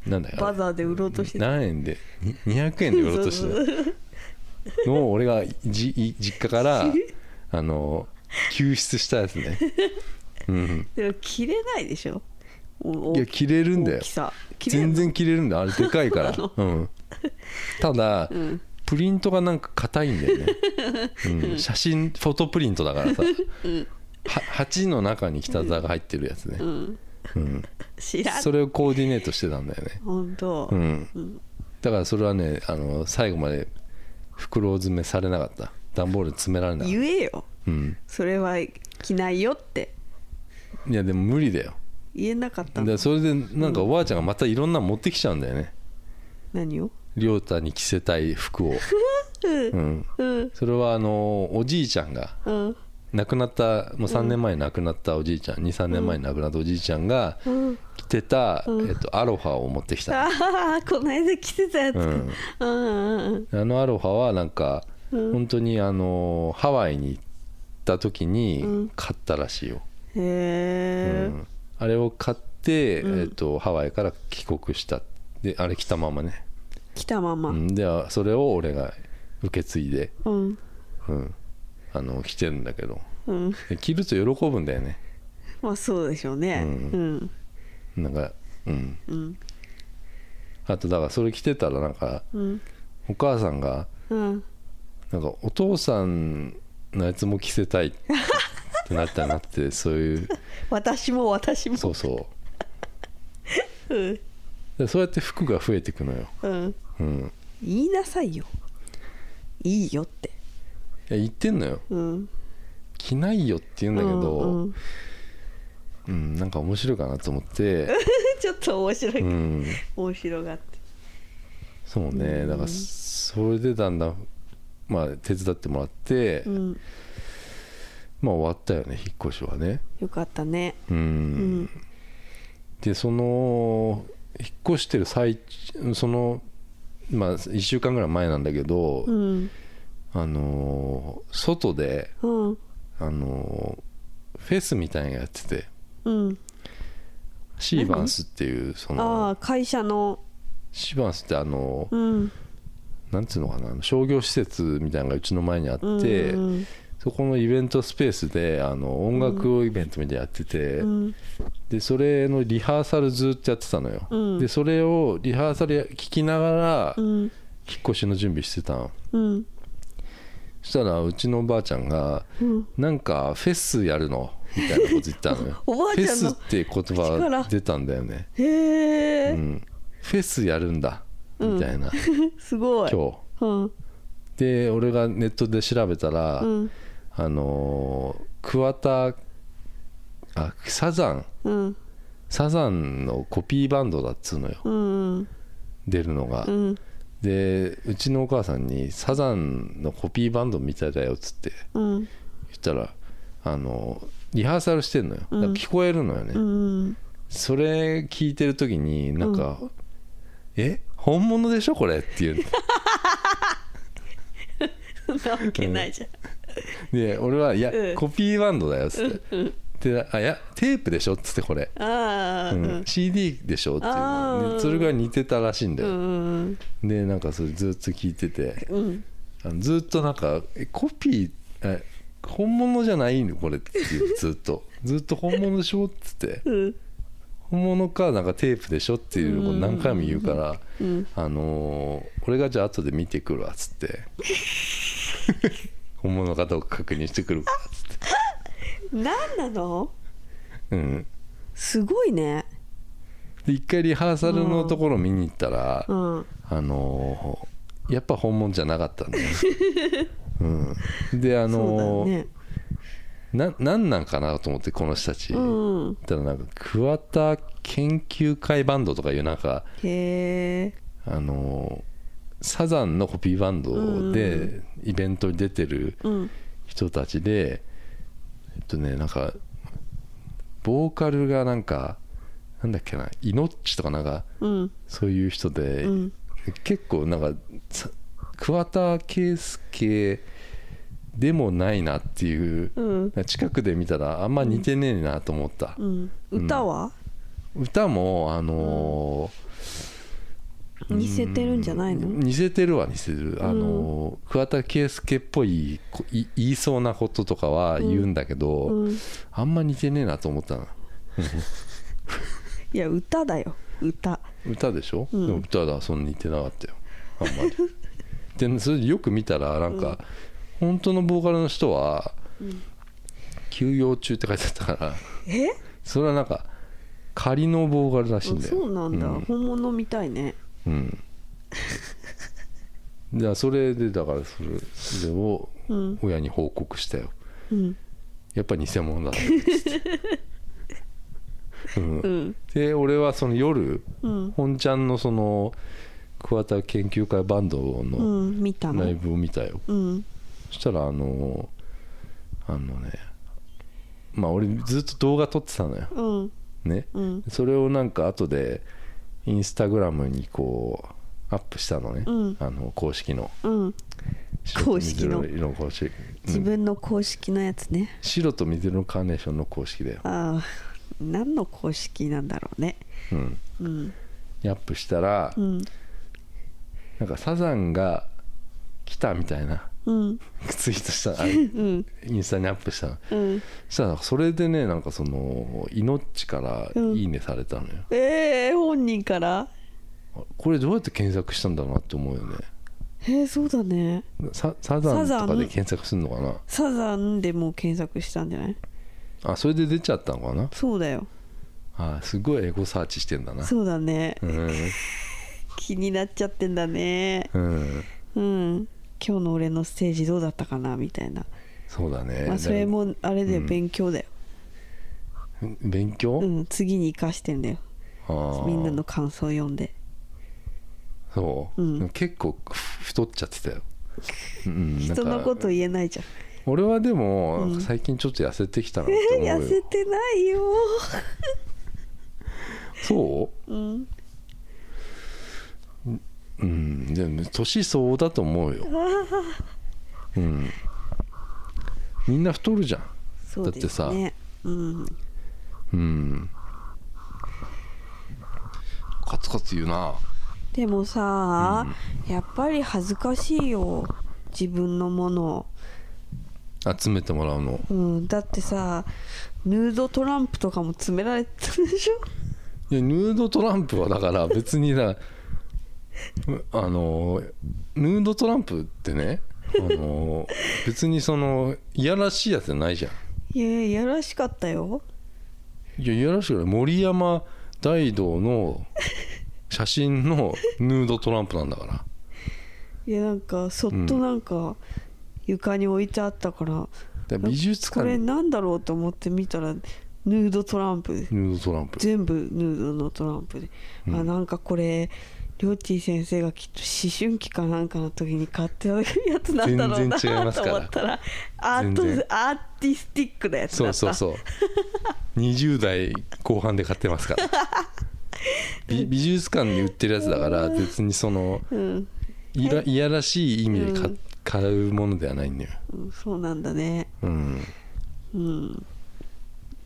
[SPEAKER 1] なんだよ
[SPEAKER 2] バザーで売ろうとしてた
[SPEAKER 1] 何円でに200円で売ろうとしてたのを俺がじい実家から あの救出したやつね、うん、
[SPEAKER 2] でも着れないでしょお
[SPEAKER 1] いや着れるんだよ
[SPEAKER 2] 大きさ着れる
[SPEAKER 1] 全然切れるんだあれでかい から
[SPEAKER 2] そう
[SPEAKER 1] うん、ただ、
[SPEAKER 2] ん
[SPEAKER 1] プリントがなんか硬いんだ よね、うん、写真フォトプリントだからさ、は鉢の中に北沢が入ってるやつね、
[SPEAKER 2] うん
[SPEAKER 1] うん、
[SPEAKER 2] 知らん
[SPEAKER 1] それをコーディネートしてたんだよね、
[SPEAKER 2] 本当、
[SPEAKER 1] うん
[SPEAKER 2] ん
[SPEAKER 1] だからそれはねあの最後まで袋詰めされなかった段ボール詰められなかっ
[SPEAKER 2] 言えよ
[SPEAKER 1] た、うん、
[SPEAKER 2] それは着ないよって
[SPEAKER 1] いやでも無理だよ
[SPEAKER 2] 言えなかった
[SPEAKER 1] だ
[SPEAKER 2] の
[SPEAKER 1] からそれでなんかおばあちゃんがまたいろんなの持ってきちゃうんだよね
[SPEAKER 2] 何を
[SPEAKER 1] 亮太に着せたい服を、うん、
[SPEAKER 2] うん
[SPEAKER 1] それはあのおじいちゃんが
[SPEAKER 2] うん
[SPEAKER 1] 亡くなったもう3年前に亡くなったおじいちゃん、23年前に亡くなったおじいちゃんが
[SPEAKER 2] うん
[SPEAKER 1] 着てた、えっと、アロハを持ってきた、
[SPEAKER 2] ああこの間着てたやつか、
[SPEAKER 1] う
[SPEAKER 2] うんん、うんうん
[SPEAKER 1] あのアロハはなんか、本当にあのハワイに行った時に買ったらしいよ、
[SPEAKER 2] へえ、
[SPEAKER 1] うんあれを買って、えっと、ハワイから帰国したであれ着たままね、
[SPEAKER 2] 来たまま
[SPEAKER 1] う
[SPEAKER 2] うん、
[SPEAKER 1] ん、であそれを俺が受け継いで、
[SPEAKER 2] うん
[SPEAKER 1] うん、あの着てるんだけどで着ると喜ぶんだよね
[SPEAKER 2] まあそうでしょうね
[SPEAKER 1] う
[SPEAKER 2] うん
[SPEAKER 1] なんかうん
[SPEAKER 2] うん
[SPEAKER 1] あとだからそれ着てたらなんか
[SPEAKER 2] うん
[SPEAKER 1] お母さんが
[SPEAKER 2] うん
[SPEAKER 1] なんかお父さんのやつも着せたいってなったなって そういう
[SPEAKER 2] 私も私も
[SPEAKER 1] そうそう
[SPEAKER 2] うん
[SPEAKER 1] でそうやって服が増えていくのよ、
[SPEAKER 2] うん
[SPEAKER 1] うん、
[SPEAKER 2] 言いなさいよいいよって
[SPEAKER 1] いや言ってんのよ
[SPEAKER 2] うん
[SPEAKER 1] 着ないよって言うんだけど、
[SPEAKER 2] う
[SPEAKER 1] うんん
[SPEAKER 2] うん
[SPEAKER 1] なんか面白いかなと思って、
[SPEAKER 2] ちょっと面白い、
[SPEAKER 1] うん、
[SPEAKER 2] 面白がって
[SPEAKER 1] そうねだからそれでだんだん、まあ、手伝ってもらって、
[SPEAKER 2] うん
[SPEAKER 1] まあ終わったよね引っ越しはね。
[SPEAKER 2] よかったね
[SPEAKER 1] うん
[SPEAKER 2] うん
[SPEAKER 1] でその引っ越してる最中そのまあ1週間ぐらい前なんだけど、
[SPEAKER 2] うん
[SPEAKER 1] あのー外で
[SPEAKER 2] うん
[SPEAKER 1] あのーフェスみたいなのやってて
[SPEAKER 2] うん
[SPEAKER 1] シーバンスっていうそ
[SPEAKER 2] あ
[SPEAKER 1] の
[SPEAKER 2] あ会社の
[SPEAKER 1] シーバンスってあのー
[SPEAKER 2] うん
[SPEAKER 1] なんていうのかな商業施設みたいなのがうちの前にあって、
[SPEAKER 2] うん
[SPEAKER 1] そこのイベントスペースであの音楽イベントみたいなのやってて、
[SPEAKER 2] うん
[SPEAKER 1] でそれのリハーサルずっとやってたのよ、
[SPEAKER 2] うん
[SPEAKER 1] でそれをリハーサルや聞きながら
[SPEAKER 2] う
[SPEAKER 1] 引っ
[SPEAKER 2] ん
[SPEAKER 1] 越しの準備してたの
[SPEAKER 2] うん
[SPEAKER 1] そしたらうちのおばあちゃんが
[SPEAKER 2] うん
[SPEAKER 1] 「なんかフェスやるの」みたいなこと言ったのよ
[SPEAKER 2] おばあちゃんの
[SPEAKER 1] フェスって言
[SPEAKER 2] 口から
[SPEAKER 1] 葉出たんだよね、
[SPEAKER 2] へえ、
[SPEAKER 1] うん、フェスやるんだみたいな、
[SPEAKER 2] すごい
[SPEAKER 1] 今日
[SPEAKER 2] うん
[SPEAKER 1] で俺がネットで調べたら、
[SPEAKER 2] うん
[SPEAKER 1] あのー桑田あサザン
[SPEAKER 2] うん
[SPEAKER 1] サザンのコピーバンドだっつうのよ
[SPEAKER 2] うん
[SPEAKER 1] 出るのが、
[SPEAKER 2] うん
[SPEAKER 1] でうちのお母さんに「サザンのコピーバンドみたいだよ」っつって
[SPEAKER 2] う
[SPEAKER 1] 言
[SPEAKER 2] ん
[SPEAKER 1] ったらあのリハーサルしてんのよだから聞こえるのよね、
[SPEAKER 2] うん
[SPEAKER 1] それ聞いてる時になんか「え本物でしょこれ」っていう
[SPEAKER 2] そんなわけないじゃん、
[SPEAKER 1] で俺は「いや、
[SPEAKER 2] うん
[SPEAKER 1] コピーバンドだよ」っつって。であいやテープでしょっつってこれ、
[SPEAKER 2] ああ
[SPEAKER 1] う
[SPEAKER 2] うんん
[SPEAKER 1] CD でしょっていう
[SPEAKER 2] あー
[SPEAKER 1] のでそれが似てたらしいんだ
[SPEAKER 2] う
[SPEAKER 1] よ、
[SPEAKER 2] ん
[SPEAKER 1] でなんかそれずっと聞いてて
[SPEAKER 2] うん
[SPEAKER 1] あのずっとなんかえコピーえ本物じゃないのこれっていうずっとずっと本物でしょっつって
[SPEAKER 2] うん
[SPEAKER 1] 本物かなんかテープでしょっていうのを何回も言うから、
[SPEAKER 2] うん
[SPEAKER 1] あのー俺がじゃあ後で見てくるわっつって 本物かどうか確認してくるわっつって
[SPEAKER 2] 何なの
[SPEAKER 1] うん
[SPEAKER 2] すごいね
[SPEAKER 1] で一回リハーサルのところ見に行ったら、
[SPEAKER 2] うん
[SPEAKER 1] あのーやっぱ 本物じゃなかったんだよね、うん、であ
[SPEAKER 2] そう
[SPEAKER 1] の
[SPEAKER 2] だよ
[SPEAKER 1] ー
[SPEAKER 2] ね
[SPEAKER 1] ななんなんかなと思ってこの人たち、
[SPEAKER 2] うん
[SPEAKER 1] ただなんか桑田研究会バンドとかいうなんか
[SPEAKER 2] へえ
[SPEAKER 1] あのーサザンのコピーバンドでイベントに出てる
[SPEAKER 2] うん
[SPEAKER 1] 人たちで、えっとねなんかボーカルがなんかなんだっけなイノッチとかなんか
[SPEAKER 2] うん
[SPEAKER 1] そういう人で、
[SPEAKER 2] うん
[SPEAKER 1] 結構なんかさ桑田佳祐でもないなっていう、
[SPEAKER 2] うん
[SPEAKER 1] 近くで見たらあんま似てねえなと思った、
[SPEAKER 2] うん
[SPEAKER 1] うん
[SPEAKER 2] 歌は、
[SPEAKER 1] 歌もあのー
[SPEAKER 2] 似せてるんじゃないの
[SPEAKER 1] うん似せてるは似せてる、あのー桑田佳祐っぽいこい言いそうなこととかは言うんだけど、
[SPEAKER 2] うん、い
[SPEAKER 1] あんま似てねえなと思ったな
[SPEAKER 2] や歌だよ歌
[SPEAKER 1] 歌でしょ、
[SPEAKER 2] うん
[SPEAKER 1] でも歌だそんな似てなかったよあんまり でそれよく見たらなんか、本当のボーカルの人は、休養中って書いてあったから
[SPEAKER 2] え
[SPEAKER 1] それはなんか仮のボーカルらしいん
[SPEAKER 2] あ
[SPEAKER 1] だよ
[SPEAKER 2] そうなんだ、
[SPEAKER 1] うん
[SPEAKER 2] 本物みたいね
[SPEAKER 1] うん。じゃあそれでだからそれそれを
[SPEAKER 2] うん
[SPEAKER 1] 親に報告したよ。
[SPEAKER 2] うん
[SPEAKER 1] やっぱ偽物だったっつ って。うん
[SPEAKER 2] うん
[SPEAKER 1] で俺はその夜
[SPEAKER 2] うん
[SPEAKER 1] 本ちゃんのその桑田研究会バンド
[SPEAKER 2] う
[SPEAKER 1] の
[SPEAKER 2] ん見た
[SPEAKER 1] ライ
[SPEAKER 2] の
[SPEAKER 1] ブを見たよ。
[SPEAKER 2] うん
[SPEAKER 1] そしたらあのあのねまあ俺ずっと動画撮ってたのよ。
[SPEAKER 2] うん
[SPEAKER 1] ね。
[SPEAKER 2] うん
[SPEAKER 1] それをなんか後でインスタグラムにこうアップしたのね、
[SPEAKER 2] うん
[SPEAKER 1] あの公式の
[SPEAKER 2] うん公式
[SPEAKER 1] 白
[SPEAKER 2] の
[SPEAKER 1] と水色の公式
[SPEAKER 2] 自
[SPEAKER 1] うん
[SPEAKER 2] 分の公式のやつね、
[SPEAKER 1] 白と水色のカーネーションの公式だよ、
[SPEAKER 2] ああ何の公式なんだろうね
[SPEAKER 1] うん、
[SPEAKER 2] うん
[SPEAKER 1] にアップしたら、
[SPEAKER 2] うん
[SPEAKER 1] なんかサザンが来たみたいな
[SPEAKER 2] うん
[SPEAKER 1] ツイートしたの あ
[SPEAKER 2] う
[SPEAKER 1] れ
[SPEAKER 2] ん
[SPEAKER 1] インスタにアップしたの
[SPEAKER 2] うん
[SPEAKER 1] そしたらそれでねなんかそのイノッチから「
[SPEAKER 2] うん
[SPEAKER 1] いいね」されたのよ、
[SPEAKER 2] えー、本人から
[SPEAKER 1] これどうやって検索したんだろうなって思うよね
[SPEAKER 2] えー、そうだね
[SPEAKER 1] ササザン
[SPEAKER 2] サザ
[SPEAKER 1] と
[SPEAKER 2] ン
[SPEAKER 1] かで検索するのかな
[SPEAKER 2] サザンでもう検索したんじゃない
[SPEAKER 1] あそれで出ちゃったのかな
[SPEAKER 2] そうだよ
[SPEAKER 1] あーすごいエゴサーチしてんだな
[SPEAKER 2] そうだね
[SPEAKER 1] うん
[SPEAKER 2] 気になっちゃってんだね
[SPEAKER 1] うん
[SPEAKER 2] うん今日の俺のステージどうだったかなみたいな、
[SPEAKER 1] そうだね、
[SPEAKER 2] まあ、それもあれだよ、
[SPEAKER 1] うん
[SPEAKER 2] 勉強だよ、
[SPEAKER 1] 勉強、
[SPEAKER 2] うん、次に生かしてんだよ
[SPEAKER 1] あー
[SPEAKER 2] みんなの感想読んで
[SPEAKER 1] そう、
[SPEAKER 2] うん
[SPEAKER 1] でも結構ふ太っちゃってたよ、うん、なんか
[SPEAKER 2] 人のこと言えないじゃん
[SPEAKER 1] 俺はでも、
[SPEAKER 2] うん
[SPEAKER 1] 最近ちょっと痩せてきたなって思うよ
[SPEAKER 2] 痩せてないよ、
[SPEAKER 1] そ
[SPEAKER 2] うん、
[SPEAKER 1] ううんでも年相応だと思 うよ、うん、みんな太るじゃん
[SPEAKER 2] そうです、
[SPEAKER 1] だっ
[SPEAKER 2] ね、
[SPEAKER 1] てさ
[SPEAKER 2] うん、
[SPEAKER 1] うんカツカツ言うな
[SPEAKER 2] でもさ、やっぱり恥ずかしいよ自分のもの
[SPEAKER 1] 集めてもらうの
[SPEAKER 2] を、うん、だってさヌードトランプとかも詰められてたでしょ
[SPEAKER 1] いやヌードトランプはだから別にな うあのヌードトランプってねあの別にそのいやらしいやつじゃないじゃん
[SPEAKER 2] いやいややらしかったよ
[SPEAKER 1] いやいやらしくない森山大道 の写真のヌードトランプなんだから
[SPEAKER 2] いやなんかそっとなんか床に置いてあったから、
[SPEAKER 1] だから美術
[SPEAKER 2] これ
[SPEAKER 1] 館に
[SPEAKER 2] なんだろうと思って見たらヌードトランプで
[SPEAKER 1] ヌードトランプ
[SPEAKER 2] 全部ヌードのトランプで、
[SPEAKER 1] うん
[SPEAKER 2] あなんかこれりょうちぃ先生がきっと思春期かなんかの時に買ってたやつなんだろうな
[SPEAKER 1] 全然違います
[SPEAKER 2] と
[SPEAKER 1] から
[SPEAKER 2] 思ったらアート
[SPEAKER 1] 全然
[SPEAKER 2] アーティスティックなやつ
[SPEAKER 1] そ
[SPEAKER 2] だ
[SPEAKER 1] う
[SPEAKER 2] った
[SPEAKER 1] そうそう20代後半で買ってます から美美術館に売ってるやつだから別にその
[SPEAKER 2] うん、
[SPEAKER 1] いらいやらしい意味で買,、
[SPEAKER 2] うん
[SPEAKER 1] 買うものではないんだよ、
[SPEAKER 2] うん、そうなんだね
[SPEAKER 1] うん、
[SPEAKER 2] うん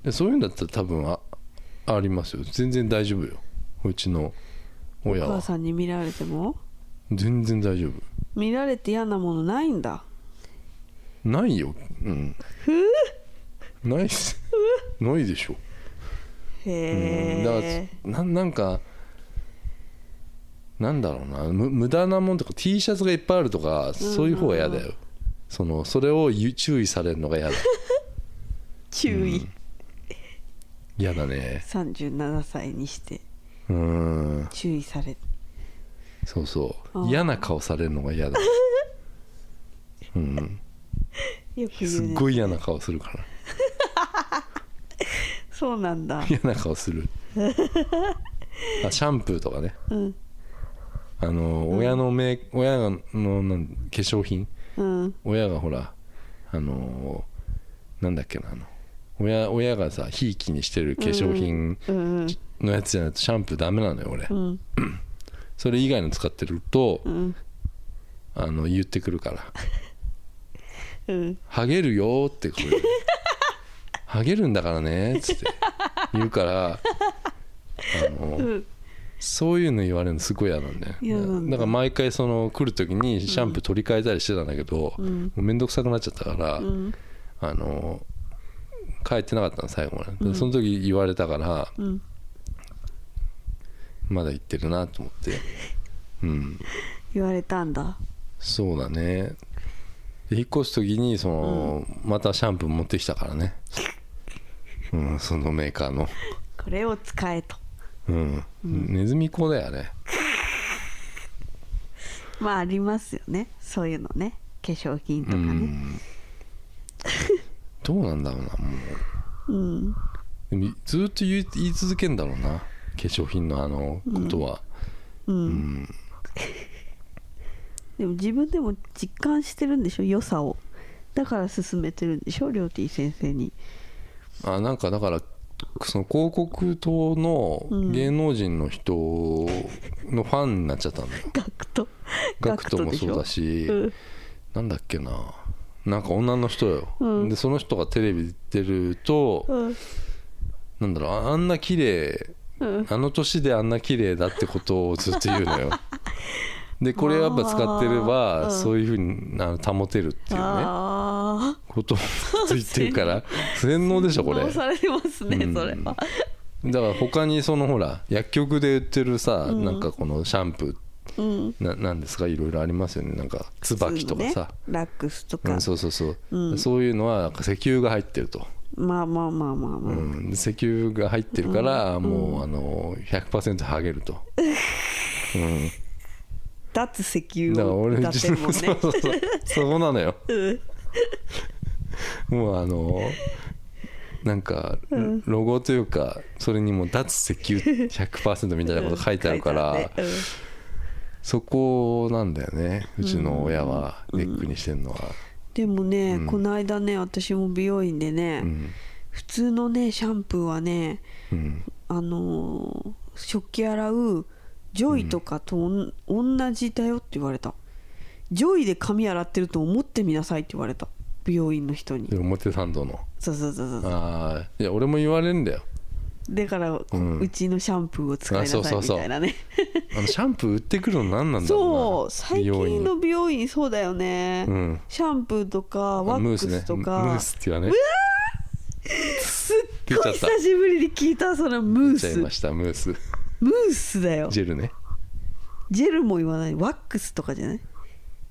[SPEAKER 1] でそういうんだったら多分あありますよ全然大丈夫ようちの
[SPEAKER 2] お
[SPEAKER 1] 親
[SPEAKER 2] 母
[SPEAKER 1] は
[SPEAKER 2] さんに見られても
[SPEAKER 1] 全然大丈夫
[SPEAKER 2] 見られて嫌なものないんだ
[SPEAKER 1] ないようんないっすないでしょ、
[SPEAKER 2] へ
[SPEAKER 1] うん、だ
[SPEAKER 2] え
[SPEAKER 1] からなんなんかなんだろうなむ無駄なもんとか T シャツがいっぱいあるとかそういう方が嫌だよ、そのそれをゆ注意されるのが嫌だ
[SPEAKER 2] 注意、
[SPEAKER 1] 嫌だね
[SPEAKER 2] 37歳にして
[SPEAKER 1] うん
[SPEAKER 2] 注意され
[SPEAKER 1] そうそう
[SPEAKER 2] あー
[SPEAKER 1] 嫌な顔されるのが嫌だうん
[SPEAKER 2] よく言うね
[SPEAKER 1] すっごい嫌な顔するから
[SPEAKER 2] そうなんだ
[SPEAKER 1] 嫌な顔す るあシャンプーとかね
[SPEAKER 2] うん
[SPEAKER 1] あの親のメイク親のなん化粧品
[SPEAKER 2] うん
[SPEAKER 1] 親がほらあのーなんだっけなあの親親がさひいきにしてる化粧品
[SPEAKER 2] うん
[SPEAKER 1] のやつじゃないとシャンプーダメなのよ俺、
[SPEAKER 2] うん
[SPEAKER 1] それ以外の使ってると、
[SPEAKER 2] うん
[SPEAKER 1] あの言ってくるから
[SPEAKER 2] うん
[SPEAKER 1] 「ハゲるよ」ってこれ 「ハゲるんだからね」っつって言うからあの、
[SPEAKER 2] うん
[SPEAKER 1] そういうの言われるのすごい嫌なんだよ
[SPEAKER 2] 嫌なんだ
[SPEAKER 1] だから毎回その来る時にシャンプー取り替えたりしてたんだけど、
[SPEAKER 2] うん
[SPEAKER 1] もうめんどくさくなっちゃったから、
[SPEAKER 2] うん
[SPEAKER 1] あの変えてなかったの最後まででその時言われたから
[SPEAKER 2] うん
[SPEAKER 1] まだ言ってるなと思ってうん
[SPEAKER 2] 言われたんだ
[SPEAKER 1] そうだねで引っ越す時にその、またシャンプー持ってきたからねうんそのメーカーの
[SPEAKER 2] これを使えと
[SPEAKER 1] うん、ネズミ子だよね
[SPEAKER 2] まあありますよねそういうのね化粧品と
[SPEAKER 1] う
[SPEAKER 2] かね
[SPEAKER 1] んどうなんだろうなもう
[SPEAKER 2] うん
[SPEAKER 1] でもずーっと言い言い続けんだろうな化粧品のあのことは、
[SPEAKER 2] うん、でも自分でも実感してるんでしょ良さをだから勧めてるんでしょりょうてぃ先生に
[SPEAKER 1] あなんかだからその広告塔の芸能人の人のファンになっちゃったのよ、
[SPEAKER 2] ガクト
[SPEAKER 1] ガクトも
[SPEAKER 2] でし
[SPEAKER 1] そ
[SPEAKER 2] ょ
[SPEAKER 1] うだし、
[SPEAKER 2] うん
[SPEAKER 1] なんだっけななんか女の人よ、
[SPEAKER 2] うん
[SPEAKER 1] でその人がテレビ出ると、
[SPEAKER 2] うん
[SPEAKER 1] なんだろうああんな綺麗
[SPEAKER 2] うん
[SPEAKER 1] あの年であんな綺麗だってことをずっと言う のよでこれやっぱ使ってれば、
[SPEAKER 2] あーうん
[SPEAKER 1] そういうふうにあの保てるっていうね
[SPEAKER 2] ああ
[SPEAKER 1] ことをついてるから洗脳でしょこれ
[SPEAKER 2] 直されてますね、
[SPEAKER 1] うん
[SPEAKER 2] それは
[SPEAKER 1] だから他にそのほら薬局で売ってるさ、
[SPEAKER 2] うん
[SPEAKER 1] なんかこのシャンプ
[SPEAKER 2] うん
[SPEAKER 1] ーななんですかいろいろありますよねなんか椿とかさ、
[SPEAKER 2] 普通のね、ラックスと
[SPEAKER 1] う
[SPEAKER 2] か、
[SPEAKER 1] ん、そうそうそう、
[SPEAKER 2] うん
[SPEAKER 1] そういうのはなんか石油が入ってると、
[SPEAKER 2] まあまあまあまあ
[SPEAKER 1] う
[SPEAKER 2] まあ、
[SPEAKER 1] ん、石油が入ってるから、もうあの100%ハゲると、うん、
[SPEAKER 2] 脱石
[SPEAKER 1] だから
[SPEAKER 2] 油を
[SPEAKER 1] 俺
[SPEAKER 2] 歌ってるもん
[SPEAKER 1] そう
[SPEAKER 2] ね
[SPEAKER 1] そう そうそこなのよ
[SPEAKER 2] うん
[SPEAKER 1] もうあのなんか
[SPEAKER 2] うん
[SPEAKER 1] ロゴというかそれにもう脱石油100%みたいなこと書いてあるから、
[SPEAKER 2] 書いてあるね
[SPEAKER 1] そこなんだよねうちの親はネックにしてるのは、
[SPEAKER 2] うんでもね、
[SPEAKER 1] うん
[SPEAKER 2] この間ね私も美容院でね、
[SPEAKER 1] うん
[SPEAKER 2] 普通のねシャンプーはね
[SPEAKER 1] うん
[SPEAKER 2] あのー食器洗うジョイとかとおん、同じだよって言われたジョイで髪洗ってると思ってみなさいって言われた美容院の人に
[SPEAKER 1] で表参道の
[SPEAKER 2] そうそうそうそう
[SPEAKER 1] ああいや俺も言われるんだよ
[SPEAKER 2] だから、こう
[SPEAKER 1] うん
[SPEAKER 2] ちのシャンプーを使いなさ
[SPEAKER 1] あそう
[SPEAKER 2] い
[SPEAKER 1] そうそ
[SPEAKER 2] み
[SPEAKER 1] う
[SPEAKER 2] たいなね
[SPEAKER 1] あのシャンプー売ってくるの何なんだ
[SPEAKER 2] そ
[SPEAKER 1] ろ
[SPEAKER 2] う
[SPEAKER 1] うな
[SPEAKER 2] 最近の美容院そうだよね、
[SPEAKER 1] うん
[SPEAKER 2] シャンプーとか
[SPEAKER 1] 美容院あ
[SPEAKER 2] ワ
[SPEAKER 1] ム
[SPEAKER 2] ッ
[SPEAKER 1] ー
[SPEAKER 2] ク
[SPEAKER 1] スね
[SPEAKER 2] スと
[SPEAKER 1] ムー
[SPEAKER 2] か
[SPEAKER 1] スって言わね
[SPEAKER 2] す
[SPEAKER 1] 出
[SPEAKER 2] っ
[SPEAKER 1] ち
[SPEAKER 2] ご
[SPEAKER 1] ゃ
[SPEAKER 2] い
[SPEAKER 1] った
[SPEAKER 2] 久しぶりに聞いたそのムー
[SPEAKER 1] 出ちゃい
[SPEAKER 2] ス
[SPEAKER 1] ましたムース
[SPEAKER 2] ムースだよ
[SPEAKER 1] ジェルね
[SPEAKER 2] ジェルも言わないワックスとかじゃない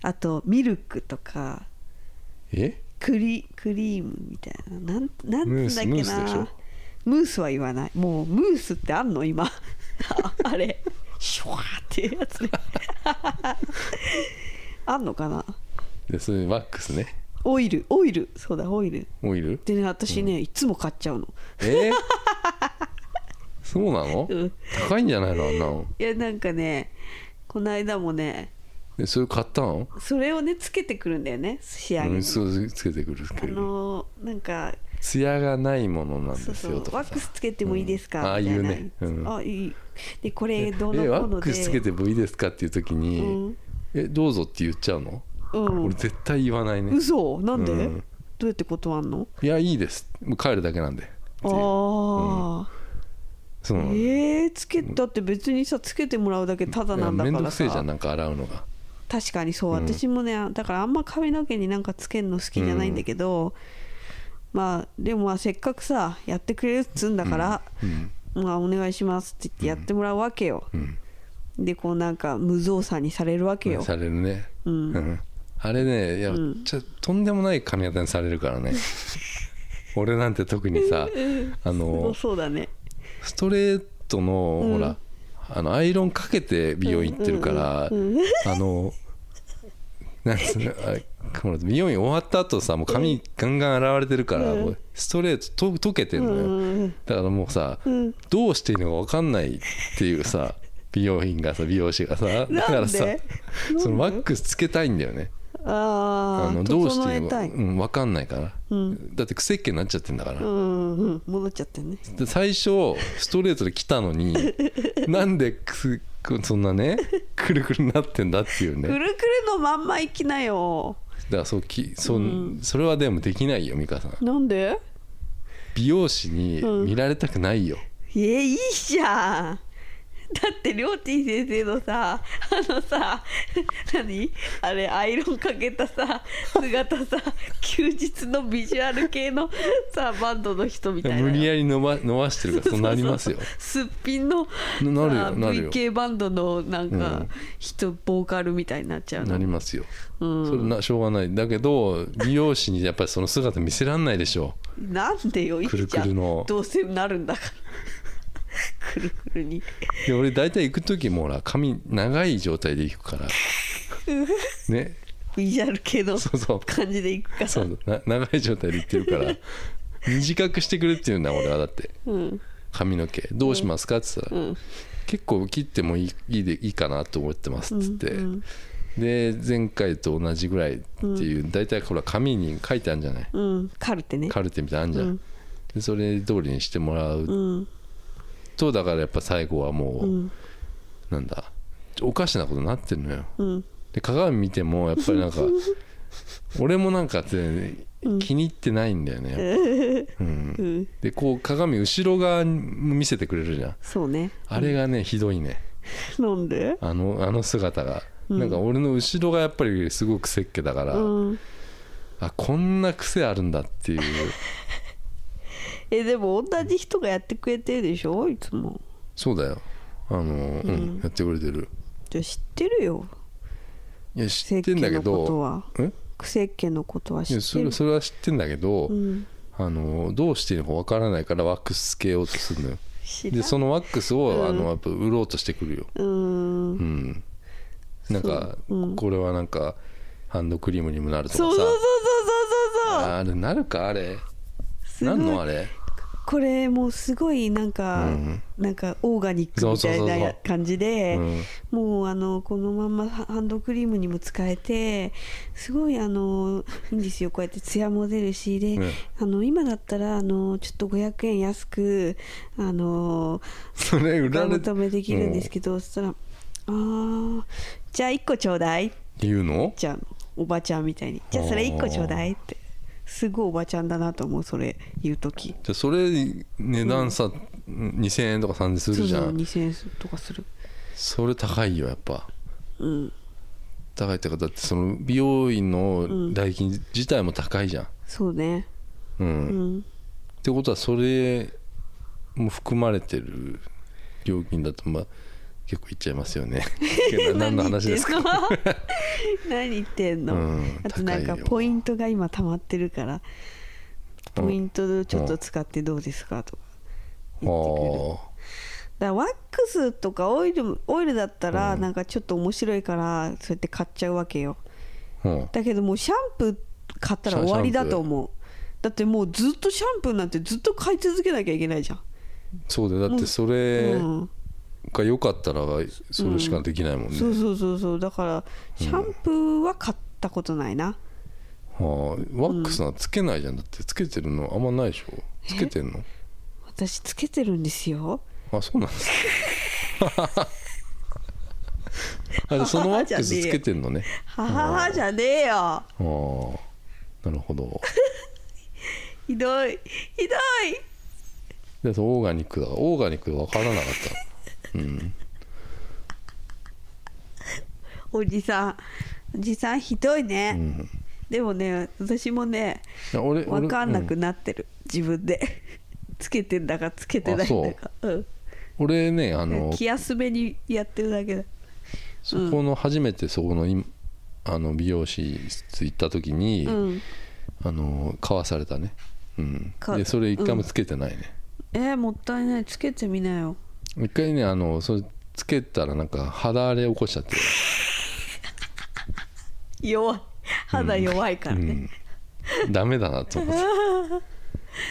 [SPEAKER 2] あとミルクとか
[SPEAKER 1] え
[SPEAKER 2] クリクリームみたいななんなん
[SPEAKER 1] ムー
[SPEAKER 2] なんだ
[SPEAKER 1] ス
[SPEAKER 2] っけな
[SPEAKER 1] ムースでしょ
[SPEAKER 2] ムースは言わないもうムースってあんの今 ああれシュワーっていうやつね あんのかな
[SPEAKER 1] でそれワックスね
[SPEAKER 2] オイルオイルそうだオイル
[SPEAKER 1] オイル
[SPEAKER 2] でね私ね、いつも買っちゃうの
[SPEAKER 1] えーそうなの、
[SPEAKER 2] うん
[SPEAKER 1] 高いんじゃないのあんなの
[SPEAKER 2] いやなんかねこの間もね
[SPEAKER 1] でそれ買ったの
[SPEAKER 2] それをねつけてくるんだよね仕上げ
[SPEAKER 1] う
[SPEAKER 2] に
[SPEAKER 1] んそうつけてくる
[SPEAKER 2] あ
[SPEAKER 1] けど
[SPEAKER 2] のーなんか
[SPEAKER 1] ツヤがないものなん
[SPEAKER 2] そう
[SPEAKER 1] です
[SPEAKER 2] そう
[SPEAKER 1] よとか
[SPEAKER 2] ワ
[SPEAKER 1] さ
[SPEAKER 2] ックスつけてもいいです
[SPEAKER 1] うんあ
[SPEAKER 2] か
[SPEAKER 1] あ
[SPEAKER 2] み
[SPEAKER 1] い
[SPEAKER 2] たいな
[SPEAKER 1] うね、うん
[SPEAKER 2] あいいでこれどう
[SPEAKER 1] え
[SPEAKER 2] の
[SPEAKER 1] ワ
[SPEAKER 2] こう
[SPEAKER 1] ッ
[SPEAKER 2] ので
[SPEAKER 1] クスつけてもいいですかっていう時に、
[SPEAKER 2] うん
[SPEAKER 1] えどうぞって言っちゃうの、
[SPEAKER 2] うん
[SPEAKER 1] 俺絶対言わないね
[SPEAKER 2] 嘘なんで、
[SPEAKER 1] うん
[SPEAKER 2] どうやって断んの
[SPEAKER 1] いやいいですもう帰るだけなんでっていう
[SPEAKER 2] ああ、
[SPEAKER 1] そうなの
[SPEAKER 2] えー、つけだって別にさつけてもらうだけタダ
[SPEAKER 1] い
[SPEAKER 2] な
[SPEAKER 1] や
[SPEAKER 2] んだ
[SPEAKER 1] め
[SPEAKER 2] か
[SPEAKER 1] んど
[SPEAKER 2] ら
[SPEAKER 1] く
[SPEAKER 2] さ
[SPEAKER 1] せえじゃんなんか洗うのが
[SPEAKER 2] 確かにそう、
[SPEAKER 1] うん
[SPEAKER 2] 私もねだからあんま髪の毛になんかつけるの好きじゃないんだけど、まあでもまあせっかくさやってくれるっつうんだから、
[SPEAKER 1] うん
[SPEAKER 2] まあお願いしますって言ってやってもらうわけよ、
[SPEAKER 1] うん
[SPEAKER 2] でこうなんか無造作にされるわけよ、
[SPEAKER 1] されるね、
[SPEAKER 2] うん
[SPEAKER 1] うんあれねいや、
[SPEAKER 2] うん
[SPEAKER 1] ちょとんでもない髪型にされる からね俺なんて特にさあ
[SPEAKER 2] そ
[SPEAKER 1] の
[SPEAKER 2] うそうだね
[SPEAKER 1] ストレートの、
[SPEAKER 2] うん
[SPEAKER 1] ほらあのアイロンかけて美容院行ってるから、
[SPEAKER 2] うんうん
[SPEAKER 1] あのなんつうのあれこの美容院終わった後さもう髪ガンガン洗われてるから、もうストレートと溶けてんのよ、だからもうさ、どうしていいのか分かんないっていうさ美容院がさ美容師がさだ
[SPEAKER 2] で
[SPEAKER 1] からさ
[SPEAKER 2] なん
[SPEAKER 1] そのワックスつけたいんだよね
[SPEAKER 2] あ
[SPEAKER 1] あの
[SPEAKER 2] あ
[SPEAKER 1] どうして
[SPEAKER 2] 整
[SPEAKER 1] いい
[SPEAKER 2] え
[SPEAKER 1] の
[SPEAKER 2] た
[SPEAKER 1] か、
[SPEAKER 2] い、
[SPEAKER 1] うん、分かんないから、だって癖っ気になっちゃってんだから、
[SPEAKER 2] うんうん、戻っちゃってね
[SPEAKER 1] で最初ストレートで来たの になんでくすくそんなねくるくるになってんだっていうね
[SPEAKER 2] くるくるのまんま行きなよ
[SPEAKER 1] だからそうきそ,、ん、それはでもできないよ美香さん
[SPEAKER 2] なんで
[SPEAKER 1] 美容師に見られたくないよ、
[SPEAKER 2] いえいいじゃんだってりょうてぃ先生のさあのさ何あれアイロンかけたさ姿さ休日のビジュアル系のさバンドの人みたいな
[SPEAKER 1] 無理やり伸ば伸ばしてるからそうなります よ
[SPEAKER 2] すっぴんの
[SPEAKER 1] ななるよ
[SPEAKER 2] さ
[SPEAKER 1] なるよ
[SPEAKER 2] VK バンドのなん
[SPEAKER 1] う
[SPEAKER 2] か
[SPEAKER 1] ん
[SPEAKER 2] 人、ボーカルみたいになっちゃう
[SPEAKER 1] な
[SPEAKER 2] の
[SPEAKER 1] りますよ、
[SPEAKER 2] うん
[SPEAKER 1] それなしょうがないだけど美容師にやっぱりその姿見せらんないでしょ
[SPEAKER 2] なんでよいいじゃん
[SPEAKER 1] くるくるの
[SPEAKER 2] どうせなるんだからくるくるに
[SPEAKER 1] で俺大体行く時もほら髪長い状態で行く からね
[SPEAKER 2] ビジュアル系の
[SPEAKER 1] そうそう
[SPEAKER 2] 感じでいくから
[SPEAKER 1] そうな長い状態で行ってるから 短くしてくれって言うんだ俺はだって
[SPEAKER 2] うん
[SPEAKER 1] 髪の毛どうしますかって言ったら、結構切ってもいいいいでいいかなと思ってますっつって、で前回と同じぐらいっていう大体ほら紙に書いてあるんじゃない
[SPEAKER 2] うんカルテね
[SPEAKER 1] カルテみたいなのあるじゃん、
[SPEAKER 2] うん
[SPEAKER 1] でそれ通りにしてもらう
[SPEAKER 2] うん
[SPEAKER 1] とだからやっぱ最後はもう、
[SPEAKER 2] うん
[SPEAKER 1] なんだおかしなことになってんのよ
[SPEAKER 2] うん
[SPEAKER 1] で鏡見てもやっぱりなん か俺もなんかって、気に入ってないんだよね、うん、
[SPEAKER 2] うん
[SPEAKER 1] でこう鏡後ろ側に見せてくれるじゃん
[SPEAKER 2] そうね
[SPEAKER 1] あれがねひどいね
[SPEAKER 2] なんで
[SPEAKER 1] あのあの姿が、なんか俺の後ろがやっぱりすごくせっけだから、
[SPEAKER 2] うん
[SPEAKER 1] あこんな癖あるんだっていう
[SPEAKER 2] えでも同じ人がやってくれてるでしょいつも
[SPEAKER 1] そうだよあのうん、やってくれてる
[SPEAKER 2] じゃあ知ってるよ
[SPEAKER 1] いや知ってんだけ
[SPEAKER 2] 癖っ気のこと
[SPEAKER 1] ど
[SPEAKER 2] は
[SPEAKER 1] え
[SPEAKER 2] クセっ気のことはい知
[SPEAKER 1] や
[SPEAKER 2] っ
[SPEAKER 1] そ
[SPEAKER 2] て
[SPEAKER 1] れ
[SPEAKER 2] る
[SPEAKER 1] それは知ってんだけど、
[SPEAKER 2] うん
[SPEAKER 1] あのどうしていいのかわからないからワックスつけようとするのよ
[SPEAKER 2] 知ら
[SPEAKER 1] で
[SPEAKER 2] ん
[SPEAKER 1] そのワックスを、
[SPEAKER 2] うん
[SPEAKER 1] あのやっぱ売ろうとしてくるよ
[SPEAKER 2] うー
[SPEAKER 1] うんんなんか、
[SPEAKER 2] そううん
[SPEAKER 1] これはなんかハンドクリームにもなるとかさ
[SPEAKER 2] そうそうそうそうそうそうそう
[SPEAKER 1] あれなるかあれ
[SPEAKER 2] すごい
[SPEAKER 1] なんのあれ
[SPEAKER 2] これもうすごいなんか、
[SPEAKER 1] うん
[SPEAKER 2] なんかオーガニックみたい
[SPEAKER 1] そうそうそう
[SPEAKER 2] な
[SPEAKER 1] そう
[SPEAKER 2] 感じで
[SPEAKER 1] うん
[SPEAKER 2] もうあのこのままハハンドクリームにも使えてすごいあのいいんですよこうやってツヤも出るしで、
[SPEAKER 1] うん
[SPEAKER 2] あの今だったらあのちょっと500円安くあの
[SPEAKER 1] それ売ら
[SPEAKER 2] お
[SPEAKER 1] れ
[SPEAKER 2] 求めできるんですけど、そしたら「あーじゃあ1個ちょうだい」
[SPEAKER 1] うん言うの
[SPEAKER 2] ちゃんおばちゃんみたいに「じゃあそれ1個ちょうだい」ってすごいおばちゃんだなと思うそれ言う時。
[SPEAKER 1] じゃあそれ値段さ、2,000円とか3,000円するじゃ
[SPEAKER 2] そうそうん2000円とかする
[SPEAKER 1] それ高いよやっぱ
[SPEAKER 2] うん
[SPEAKER 1] 高いってかだってその美容院の代金自体も高いじゃん
[SPEAKER 2] そうね
[SPEAKER 1] うん、
[SPEAKER 2] うん
[SPEAKER 1] ってことはそれも含まれてる料金だとまあ結構いっちゃいます よね何の 話ですか
[SPEAKER 2] か 何言ってんの
[SPEAKER 1] うん
[SPEAKER 2] あとなんか
[SPEAKER 1] 高いよ
[SPEAKER 2] ポイントが今溜まってるからポイントちょっと使ってどうですかとか
[SPEAKER 1] ああ
[SPEAKER 2] 言ってくるだからワックスとかオイルオイルだったらなんかちょっと面白いからそうやって買っちゃうわけよ
[SPEAKER 1] うん
[SPEAKER 2] だけどもうシャンプー買ったら終わりだと思うだってもうずっとシャンプーなんてずっと買い続けなきゃいけないじゃん、
[SPEAKER 1] そうだよだってそれ
[SPEAKER 2] うん
[SPEAKER 1] が良かったらそれしかできないもんね、
[SPEAKER 2] そうそうそうそうだからシャンプーは買ったことないな、
[SPEAKER 1] はあ、ワックスなんかつけないじゃんだってつけてるのあんまないでしょつけてんの
[SPEAKER 2] 私つけてるんですよ
[SPEAKER 1] あそうなんです かあでそのワックスつけてんのね
[SPEAKER 2] はははじゃねえよ
[SPEAKER 1] ああなるほど
[SPEAKER 2] ひどいひどい
[SPEAKER 1] でそうオーガニックだからオーガニック分からなかった
[SPEAKER 2] おじさんおじさんひどいね、
[SPEAKER 1] ん
[SPEAKER 2] でもね私もね
[SPEAKER 1] いや俺俺
[SPEAKER 2] 分かんな
[SPEAKER 1] う
[SPEAKER 2] くなってる、自分でつけてんだかつけてないんだかうん
[SPEAKER 1] 俺ねあの
[SPEAKER 2] 気休めにやってるだけだ
[SPEAKER 1] そこの初めてそこの今あの美容師室行った時に、
[SPEAKER 2] うん
[SPEAKER 1] あの買わされたねうん
[SPEAKER 2] か
[SPEAKER 1] でそれ一回もつけてないね、
[SPEAKER 2] えー、もったいないつけてみなよ
[SPEAKER 1] 一回ねあ のそれつけたらなんか肌荒れ起こしちゃって
[SPEAKER 2] 弱い肌弱いから
[SPEAKER 1] う
[SPEAKER 2] ね、
[SPEAKER 1] ん、ダメだなと思 っ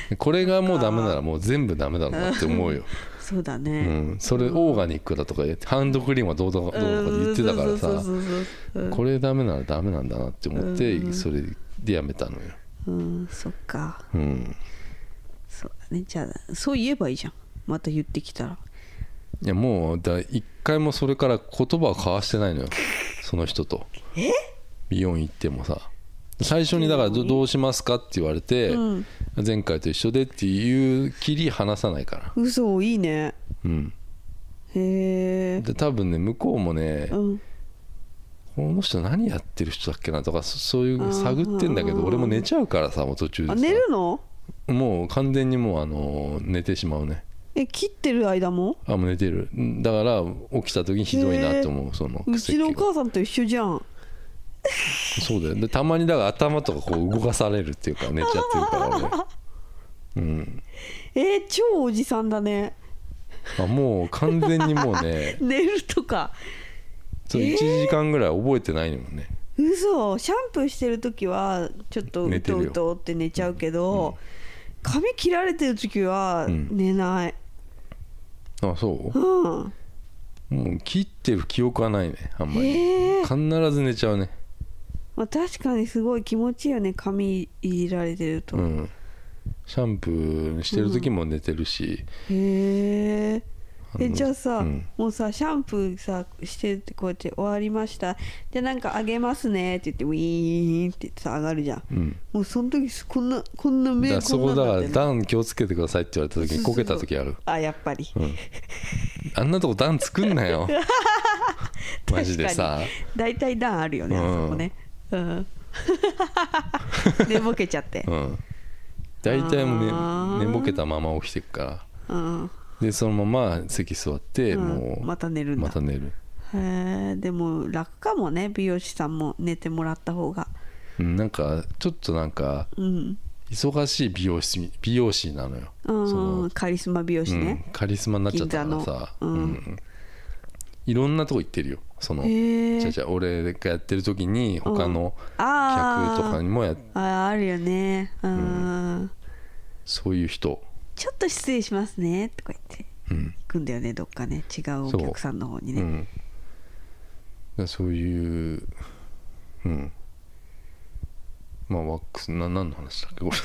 [SPEAKER 1] てこれがもうダメならもう全部ダメだなって思うよ、
[SPEAKER 2] そうだ
[SPEAKER 1] う
[SPEAKER 2] ね、
[SPEAKER 1] ん、それオーガニックだとか言ってハンドクリームはどうだかどうだかって言ってたから
[SPEAKER 2] うん
[SPEAKER 1] さ
[SPEAKER 2] そうそうそうそう
[SPEAKER 1] これダメならダメなんだなって思って
[SPEAKER 2] うん
[SPEAKER 1] それでやめたのよ、
[SPEAKER 2] うんそっか
[SPEAKER 1] うん、
[SPEAKER 2] そうだねじゃあそう言えばいいじゃんまた言ってきたら
[SPEAKER 1] いやもうだ一回もそれから言葉を交わしてないの よその人と美容院行ってもさ最初にだからどどうしますかって言われて、
[SPEAKER 2] うん
[SPEAKER 1] 前回と一緒でっていうきり話さないから
[SPEAKER 2] 嘘いいね
[SPEAKER 1] うん
[SPEAKER 2] へえ
[SPEAKER 1] で多分ね向こうもね
[SPEAKER 2] うん
[SPEAKER 1] この人何やってる人だっけなとかそそうい
[SPEAKER 2] あ
[SPEAKER 1] う
[SPEAKER 2] ー
[SPEAKER 1] 探ってんだけど
[SPEAKER 2] うんうんうん
[SPEAKER 1] 俺も寝ちゃうからさもう途中で
[SPEAKER 2] あ
[SPEAKER 1] さ
[SPEAKER 2] 寝るの
[SPEAKER 1] もう完全にもうあの寝てしまうね
[SPEAKER 2] え切ってる間も
[SPEAKER 1] あもう寝てるんだから起きた時ひどいなと思うその
[SPEAKER 2] う
[SPEAKER 1] 癖っ
[SPEAKER 2] ち
[SPEAKER 1] 気が
[SPEAKER 2] のお母さんと一緒じゃん
[SPEAKER 1] そうだよでたまにだから頭とかこう動かされるっていうか寝ちゃってる から俺うん
[SPEAKER 2] えー、超おじさんだね
[SPEAKER 1] あもう完全にもうね
[SPEAKER 2] 寝るとか
[SPEAKER 1] そう1時間ぐらい覚えてないのよね
[SPEAKER 2] 嘘シャンプーしてる時はちょっとう
[SPEAKER 1] 寝て
[SPEAKER 2] と
[SPEAKER 1] るよ
[SPEAKER 2] うとって寝ちゃうけど、髪切られてる時は
[SPEAKER 1] うん
[SPEAKER 2] 寝ない
[SPEAKER 1] あそう
[SPEAKER 2] うん、
[SPEAKER 1] もう切ってる記憶はないねあんまり
[SPEAKER 2] えー
[SPEAKER 1] 必ず寝ちゃうね
[SPEAKER 2] まあ、確かにすごい気持ちいいよね髪いじられてると、
[SPEAKER 1] うんシャンプーしてる時も寝てるし、
[SPEAKER 2] へえ
[SPEAKER 1] あ
[SPEAKER 2] え
[SPEAKER 1] の
[SPEAKER 2] じゃあさ、
[SPEAKER 1] うん
[SPEAKER 2] もうさシャンプーさしてってこうやって終わりましたじゃあなんかあげますねって言ってウィーンって言ってさ上がるじゃん
[SPEAKER 1] うん
[SPEAKER 2] もうその時こんなこんな
[SPEAKER 1] だ
[SPEAKER 2] 目
[SPEAKER 1] からそ
[SPEAKER 2] こ
[SPEAKER 1] こ
[SPEAKER 2] ん
[SPEAKER 1] だ
[SPEAKER 2] な
[SPEAKER 1] か
[SPEAKER 2] ん
[SPEAKER 1] ら
[SPEAKER 2] なってんの
[SPEAKER 1] 段気をつけてくださいって言われた時にこけた時ある
[SPEAKER 2] あやっぱり、
[SPEAKER 1] うんあんなとこ段作んな よマジでさ
[SPEAKER 2] 大体段あるよね、
[SPEAKER 1] うん
[SPEAKER 2] あそこねうん 寝ぼけちゃって
[SPEAKER 1] うん大体も
[SPEAKER 2] あ
[SPEAKER 1] う
[SPEAKER 2] ー
[SPEAKER 1] ね寝ぼけたまま起きてくから
[SPEAKER 2] うん、
[SPEAKER 1] でそのまま席座って
[SPEAKER 2] うん
[SPEAKER 1] もう
[SPEAKER 2] また寝るんだ、
[SPEAKER 1] また寝る
[SPEAKER 2] へえでも楽かもね美容師さんも寝てもらった方が
[SPEAKER 1] うんなんかちょっとなんか
[SPEAKER 2] うん
[SPEAKER 1] 忙しい美容師美容師なのよ
[SPEAKER 2] う
[SPEAKER 1] そ
[SPEAKER 2] ん
[SPEAKER 1] の
[SPEAKER 2] カリスマ美容師ね、
[SPEAKER 1] うん、カリスマになっちゃったからさ、
[SPEAKER 2] 銀座のうん
[SPEAKER 1] いろんなとこ行ってるよその
[SPEAKER 2] へえ
[SPEAKER 1] じゃじゃ俺がやってる時に
[SPEAKER 2] うん
[SPEAKER 1] 他の
[SPEAKER 2] あ
[SPEAKER 1] 客とかにもや
[SPEAKER 2] あああるよねうん、
[SPEAKER 1] そういう人、
[SPEAKER 2] ちょっと失礼しますねとか言って
[SPEAKER 1] うん
[SPEAKER 2] 行くんだよねどっかね違うお客さんの方に
[SPEAKER 1] う
[SPEAKER 2] ね、
[SPEAKER 1] ん、だからそういううんまあワックスな何の話だっけこれ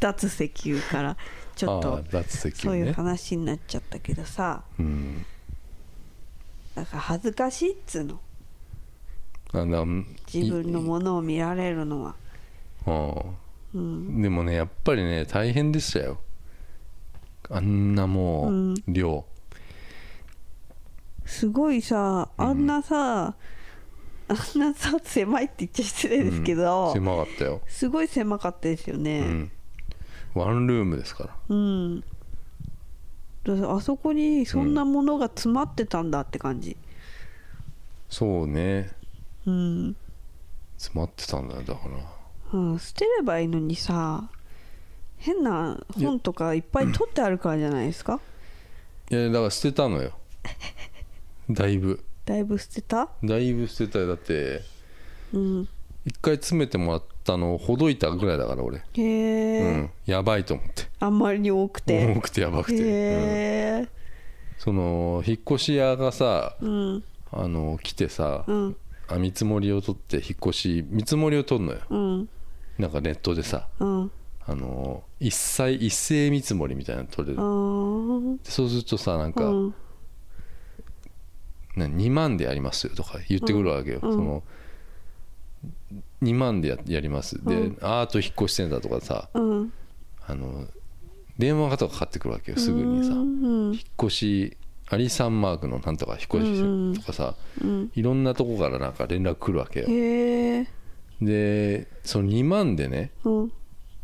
[SPEAKER 2] 脱石油から ちょっ
[SPEAKER 1] あ
[SPEAKER 2] と
[SPEAKER 1] ー脱石
[SPEAKER 2] そう
[SPEAKER 1] 油
[SPEAKER 2] い
[SPEAKER 1] ね
[SPEAKER 2] う話になっちゃったけどさ
[SPEAKER 1] うん
[SPEAKER 2] だから恥ずかしいっつうの
[SPEAKER 1] あなん
[SPEAKER 2] 自分の
[SPEAKER 1] い
[SPEAKER 2] ものを見られるのは
[SPEAKER 1] ああ
[SPEAKER 2] うん
[SPEAKER 1] でもねやっぱりね大変でしたよあんなもう、
[SPEAKER 2] うん
[SPEAKER 1] 量
[SPEAKER 2] すごいさあんなさ、あんなさ狭いって言っちゃ失礼ですけ
[SPEAKER 1] う
[SPEAKER 2] ど、
[SPEAKER 1] ん狭かったよ、
[SPEAKER 2] すごい狭かったですよ
[SPEAKER 1] う
[SPEAKER 2] ね
[SPEAKER 1] ん、ワンルームですから
[SPEAKER 2] うん、だからあそこにそんなものが詰まってたんだって感じ
[SPEAKER 1] そうね
[SPEAKER 2] うん、
[SPEAKER 1] 詰まってたんだよだから
[SPEAKER 2] うん、捨てればいいのにさ変な本とかいっぱい取ってあるからじゃないですか
[SPEAKER 1] いやだから捨てたの よだいぶ
[SPEAKER 2] だいぶ捨てた
[SPEAKER 1] だいぶ捨てたよだって
[SPEAKER 2] うん
[SPEAKER 1] 一回詰めてもらったのをほどいたぐらいだから俺、
[SPEAKER 2] へえ、
[SPEAKER 1] うん、やばいと思って
[SPEAKER 2] あんまりに多くて
[SPEAKER 1] 重くてやばくて、うん
[SPEAKER 2] へえ
[SPEAKER 1] その引っ越し屋がさ
[SPEAKER 2] うん
[SPEAKER 1] あの来てさ、
[SPEAKER 2] うん
[SPEAKER 1] あ見積もりを取って引っ越し見積もりを取るのよ
[SPEAKER 2] うん
[SPEAKER 1] なんかネットでさ
[SPEAKER 2] うん
[SPEAKER 1] あの一切一斉見積もりみたいなの取れ
[SPEAKER 2] あ
[SPEAKER 1] る
[SPEAKER 2] ー
[SPEAKER 1] でそうするとさなんか、
[SPEAKER 2] うん
[SPEAKER 1] な2万でやりますよとか言ってくるわけよ、
[SPEAKER 2] うん
[SPEAKER 1] その2万でややりますで、
[SPEAKER 2] うん
[SPEAKER 1] あーあと引っ越しセンターとかさ
[SPEAKER 2] うん
[SPEAKER 1] あの電話がとかかかってくるわけよすぐにさ、
[SPEAKER 2] うん
[SPEAKER 1] 引っ越しアリサンマークのなんとか引っ越しとかさ、
[SPEAKER 2] うん
[SPEAKER 1] いろんなとこからなんか連絡来るわけよ
[SPEAKER 2] へえ
[SPEAKER 1] でその2万でね
[SPEAKER 2] うん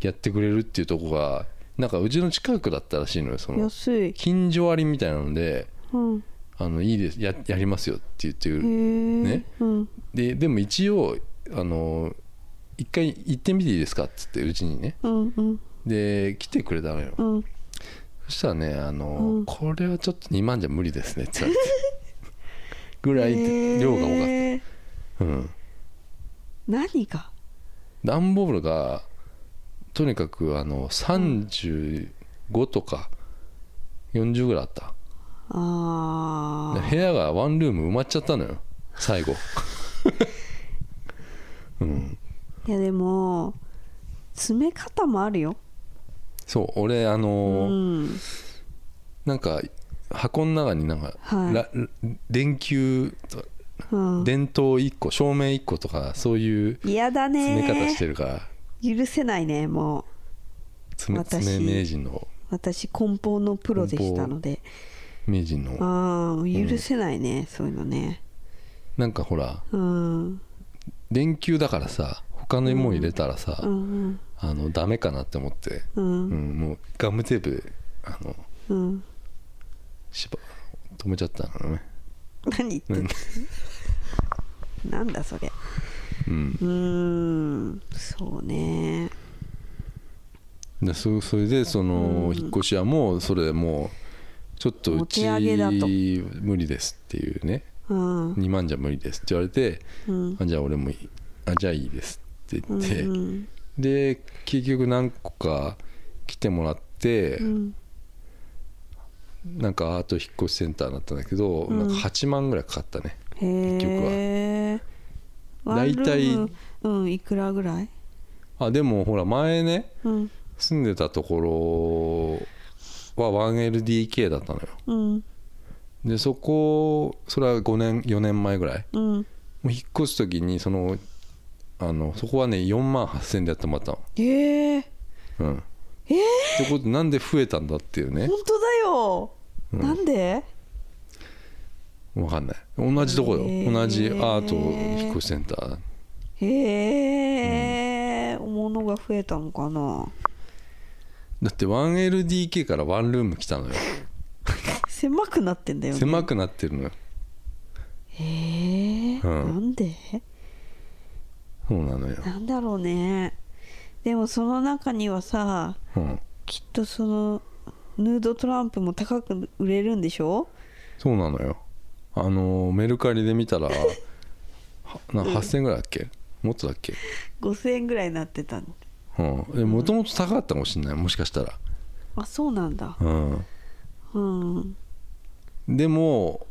[SPEAKER 1] やってくれるっていうとこがなんかうちの近くだったらしいのよその
[SPEAKER 2] 安い
[SPEAKER 1] 近所割りみたいなので
[SPEAKER 2] うん
[SPEAKER 1] あのいいですややりますよって言ってく
[SPEAKER 2] へ
[SPEAKER 1] る
[SPEAKER 2] え
[SPEAKER 1] ね
[SPEAKER 2] うん
[SPEAKER 1] ででも一応あの一回行ってみていいですかっつってうちにね
[SPEAKER 2] うんうん
[SPEAKER 1] で来てくれたのよ
[SPEAKER 2] うん
[SPEAKER 1] そしたらねあの、
[SPEAKER 2] うん
[SPEAKER 1] これはちょっと2万じゃ無理ですね」って言われてぐらい
[SPEAKER 2] へー
[SPEAKER 1] 量が多かった、うん、
[SPEAKER 2] 何が
[SPEAKER 1] 段ボールがとにかくあの35とか40ぐらいあった、
[SPEAKER 2] あ
[SPEAKER 1] で
[SPEAKER 2] ー
[SPEAKER 1] 部屋がワンルーム埋まっちゃったのよ最 後
[SPEAKER 2] いやでも詰め方もあるよ
[SPEAKER 1] そう俺あ
[SPEAKER 2] う
[SPEAKER 1] のー
[SPEAKER 2] ん
[SPEAKER 1] なんか箱の中になんか、
[SPEAKER 2] はい
[SPEAKER 1] ら電球と
[SPEAKER 2] うん
[SPEAKER 1] 電灯1個照明1個とかそういう
[SPEAKER 2] 嫌だ
[SPEAKER 1] 詰め方
[SPEAKER 2] ね
[SPEAKER 1] してるから、
[SPEAKER 2] 許せないねも
[SPEAKER 1] 詰め
[SPEAKER 2] 私
[SPEAKER 1] 詰め名人の
[SPEAKER 2] う私梱包のプロでしたので
[SPEAKER 1] 名人の
[SPEAKER 2] ああ許せないね、そういうのね
[SPEAKER 1] なんかほら
[SPEAKER 2] うん
[SPEAKER 1] 電球だからさ他のもん入れたらさ、
[SPEAKER 2] うん
[SPEAKER 1] あのダメかなって思って、
[SPEAKER 2] う
[SPEAKER 1] うん
[SPEAKER 2] ん
[SPEAKER 1] もうガムテープあの
[SPEAKER 2] うん
[SPEAKER 1] しば止めちゃったの ね
[SPEAKER 2] 何言ってんのなんだそれ
[SPEAKER 1] うん
[SPEAKER 2] うーんそうね
[SPEAKER 1] でそそれでその
[SPEAKER 2] うん
[SPEAKER 1] 引っ越しはもうそれもうちょっと
[SPEAKER 2] お
[SPEAKER 1] う
[SPEAKER 2] 手
[SPEAKER 1] ち
[SPEAKER 2] 上げだと
[SPEAKER 1] 無理ですっていうね
[SPEAKER 2] うん
[SPEAKER 1] 2万じゃ無理ですって言われて
[SPEAKER 2] うん
[SPEAKER 1] あじゃあ俺もいいあじゃあいいですって
[SPEAKER 2] う
[SPEAKER 1] 言
[SPEAKER 2] ん
[SPEAKER 1] って、
[SPEAKER 2] うん
[SPEAKER 1] で結局何個か来てもらって、
[SPEAKER 2] うん
[SPEAKER 1] なんかアート引っ越しセンターだったんだけど、
[SPEAKER 2] ん
[SPEAKER 1] なんか8万ぐらいかかったね
[SPEAKER 2] へえワンルームうんいくらぐらい
[SPEAKER 1] あでもほら前ね
[SPEAKER 2] うん
[SPEAKER 1] 住んでたところは 1LDK だったのよ
[SPEAKER 2] うん
[SPEAKER 1] でそこそれは5年4年前ぐらい
[SPEAKER 2] うん
[SPEAKER 1] もう引っ越す時にそのあのそこはね4万8000円でやってもらったの
[SPEAKER 2] へえ
[SPEAKER 1] うん
[SPEAKER 2] えー
[SPEAKER 1] ってことでなんで増えたんだっていうね
[SPEAKER 2] 本当だよ、
[SPEAKER 1] うん
[SPEAKER 2] なんで
[SPEAKER 1] 分かんない同じとこよ、
[SPEAKER 2] へー
[SPEAKER 1] 同じアート引っ越しセンター
[SPEAKER 2] へえ、物が増えたのかな
[SPEAKER 1] だって 1LDK からワンルーム来たのよ
[SPEAKER 2] 狭くなってんだよね
[SPEAKER 1] 狭くなってるのよ
[SPEAKER 2] へえ、
[SPEAKER 1] うん
[SPEAKER 2] なんで
[SPEAKER 1] そうなのよ、
[SPEAKER 2] なんだろうねでもその中にはさ
[SPEAKER 1] うん、
[SPEAKER 2] きっとそのヌードトランプも高く売れるんでしょ
[SPEAKER 1] そうなのよあのーメルカリで見たらはな8000円ぐらいだっけもっとだっけ
[SPEAKER 2] 5000円ぐらいになってたの
[SPEAKER 1] うんもともと高かったかもしれないもしかしたら
[SPEAKER 2] あそうなんだ
[SPEAKER 1] うん
[SPEAKER 2] うん
[SPEAKER 1] でも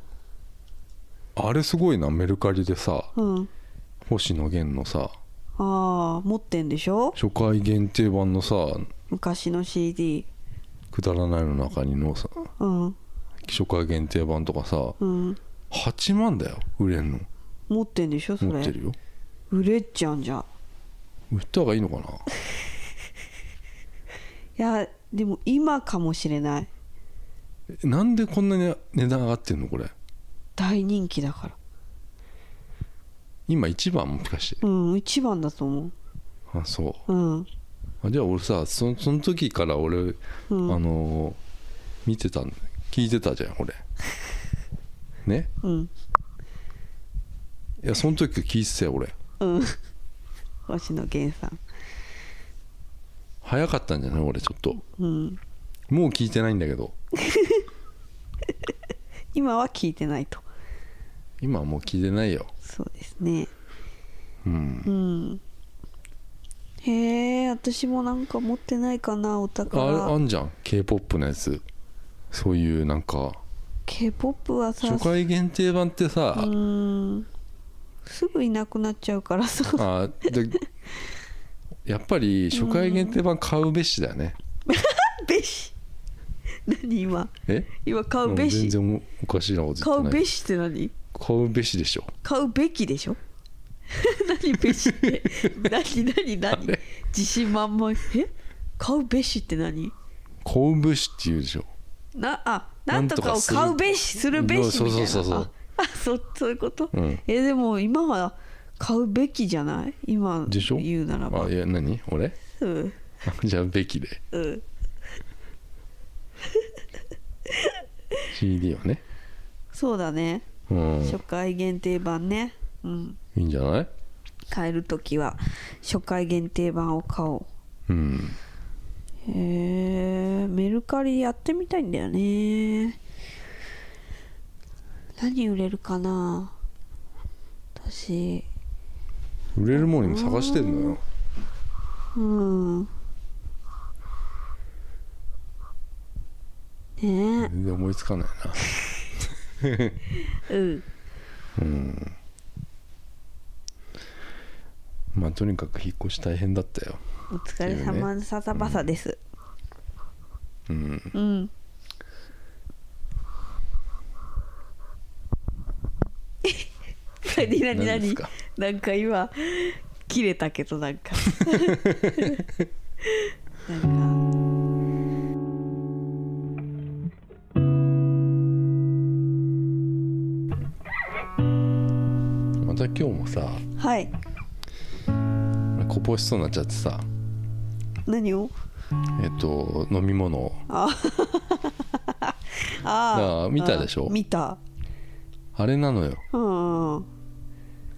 [SPEAKER 1] あれすごいなメルカリでさ
[SPEAKER 2] うん
[SPEAKER 1] 星野源のさ
[SPEAKER 2] ああ持ってんでしょ
[SPEAKER 1] 初回限定版のさ
[SPEAKER 2] 昔の CD
[SPEAKER 1] くだらないの中にのさ
[SPEAKER 2] うん
[SPEAKER 1] 初回限定版とかさ
[SPEAKER 2] うん
[SPEAKER 1] 8万だよ売れんの
[SPEAKER 2] 持ってんでしょそれ
[SPEAKER 1] 持ってるよ
[SPEAKER 2] 売れちゃうんじゃん
[SPEAKER 1] 売った方がいいのかない
[SPEAKER 2] やでも今かもしれない
[SPEAKER 1] えなんでこんなに値段上がってんのこれ
[SPEAKER 2] 大人気だから
[SPEAKER 1] 今1番もしかして
[SPEAKER 2] うん一番だと思
[SPEAKER 1] あそう
[SPEAKER 2] ううん
[SPEAKER 1] あじゃあ俺さそその時から俺、
[SPEAKER 2] うん
[SPEAKER 1] あのー見てたんだ聞いてたじゃん 俺ね
[SPEAKER 2] うん
[SPEAKER 1] いやその時から聞いてたよ俺
[SPEAKER 2] うん 星野源さん
[SPEAKER 1] 早かったんじゃない俺ちょっと
[SPEAKER 2] うん
[SPEAKER 1] もう聞いてないんだけど
[SPEAKER 2] 今は聞いてないと
[SPEAKER 1] 今はもう聞いてないよ
[SPEAKER 2] そうですね
[SPEAKER 1] うん
[SPEAKER 2] うんへえ私もなんか持ってないかなお
[SPEAKER 1] ああ
[SPEAKER 2] 宝
[SPEAKER 1] んじゃん k p o p のやつそういうなんか
[SPEAKER 2] k p o p はさ
[SPEAKER 1] 初回限定版ってさ、
[SPEAKER 2] うんすぐいなくなっちゃうからさ
[SPEAKER 1] あでやっぱり初回限定版買うべしだよね、
[SPEAKER 2] べし何今
[SPEAKER 1] え
[SPEAKER 2] 今買うべ
[SPEAKER 1] 全
[SPEAKER 2] し
[SPEAKER 1] 然おかしいなこと言
[SPEAKER 2] 買
[SPEAKER 1] って
[SPEAKER 2] う
[SPEAKER 1] な
[SPEAKER 2] べ
[SPEAKER 1] い
[SPEAKER 2] しって何
[SPEAKER 1] 買うべしでしょ
[SPEAKER 2] 買うべきでしょ 何べし って何何
[SPEAKER 1] あ
[SPEAKER 2] 何
[SPEAKER 1] れ
[SPEAKER 2] 自信満々え買うべしって何
[SPEAKER 1] 買うべしって言うでしょ
[SPEAKER 2] なあな
[SPEAKER 1] なんん
[SPEAKER 2] と
[SPEAKER 1] と
[SPEAKER 2] か
[SPEAKER 1] か
[SPEAKER 2] を
[SPEAKER 1] する
[SPEAKER 2] 買うべしするべしみたいな
[SPEAKER 1] そうそうそうそう
[SPEAKER 2] ああそそういうこと、
[SPEAKER 1] うん
[SPEAKER 2] えでも今は買うべきじゃない今
[SPEAKER 1] でしょ
[SPEAKER 2] 言うならば
[SPEAKER 1] あいや何俺
[SPEAKER 2] うん
[SPEAKER 1] あじゃあべきで
[SPEAKER 2] うん
[SPEAKER 1] CD はね
[SPEAKER 2] そうだね
[SPEAKER 1] うん
[SPEAKER 2] 初回限定版ねうん
[SPEAKER 1] いいんじゃない
[SPEAKER 2] 買える時は初回限定版を買おう
[SPEAKER 1] うん
[SPEAKER 2] へえメルカリやってみたいんだよね何売れるかな私
[SPEAKER 1] 売れるもん今探してんのよ
[SPEAKER 2] うんね
[SPEAKER 1] 全然思いつかないな
[SPEAKER 2] えうん
[SPEAKER 1] まあとにかく引っ越し大変だったよ
[SPEAKER 2] お疲れ様のサタバサです
[SPEAKER 1] うん
[SPEAKER 2] うん何何
[SPEAKER 1] 何です
[SPEAKER 2] 何
[SPEAKER 1] か
[SPEAKER 2] なんか今切れたけどなんかなんか
[SPEAKER 1] また今日もさ
[SPEAKER 2] はい
[SPEAKER 1] こぼしそうになっちゃってさ
[SPEAKER 2] 何を
[SPEAKER 1] えっと飲み物を
[SPEAKER 2] あ
[SPEAKER 1] あ
[SPEAKER 2] あ
[SPEAKER 1] ー見たでしょ
[SPEAKER 2] 見た
[SPEAKER 1] あれなのよ
[SPEAKER 2] うんうん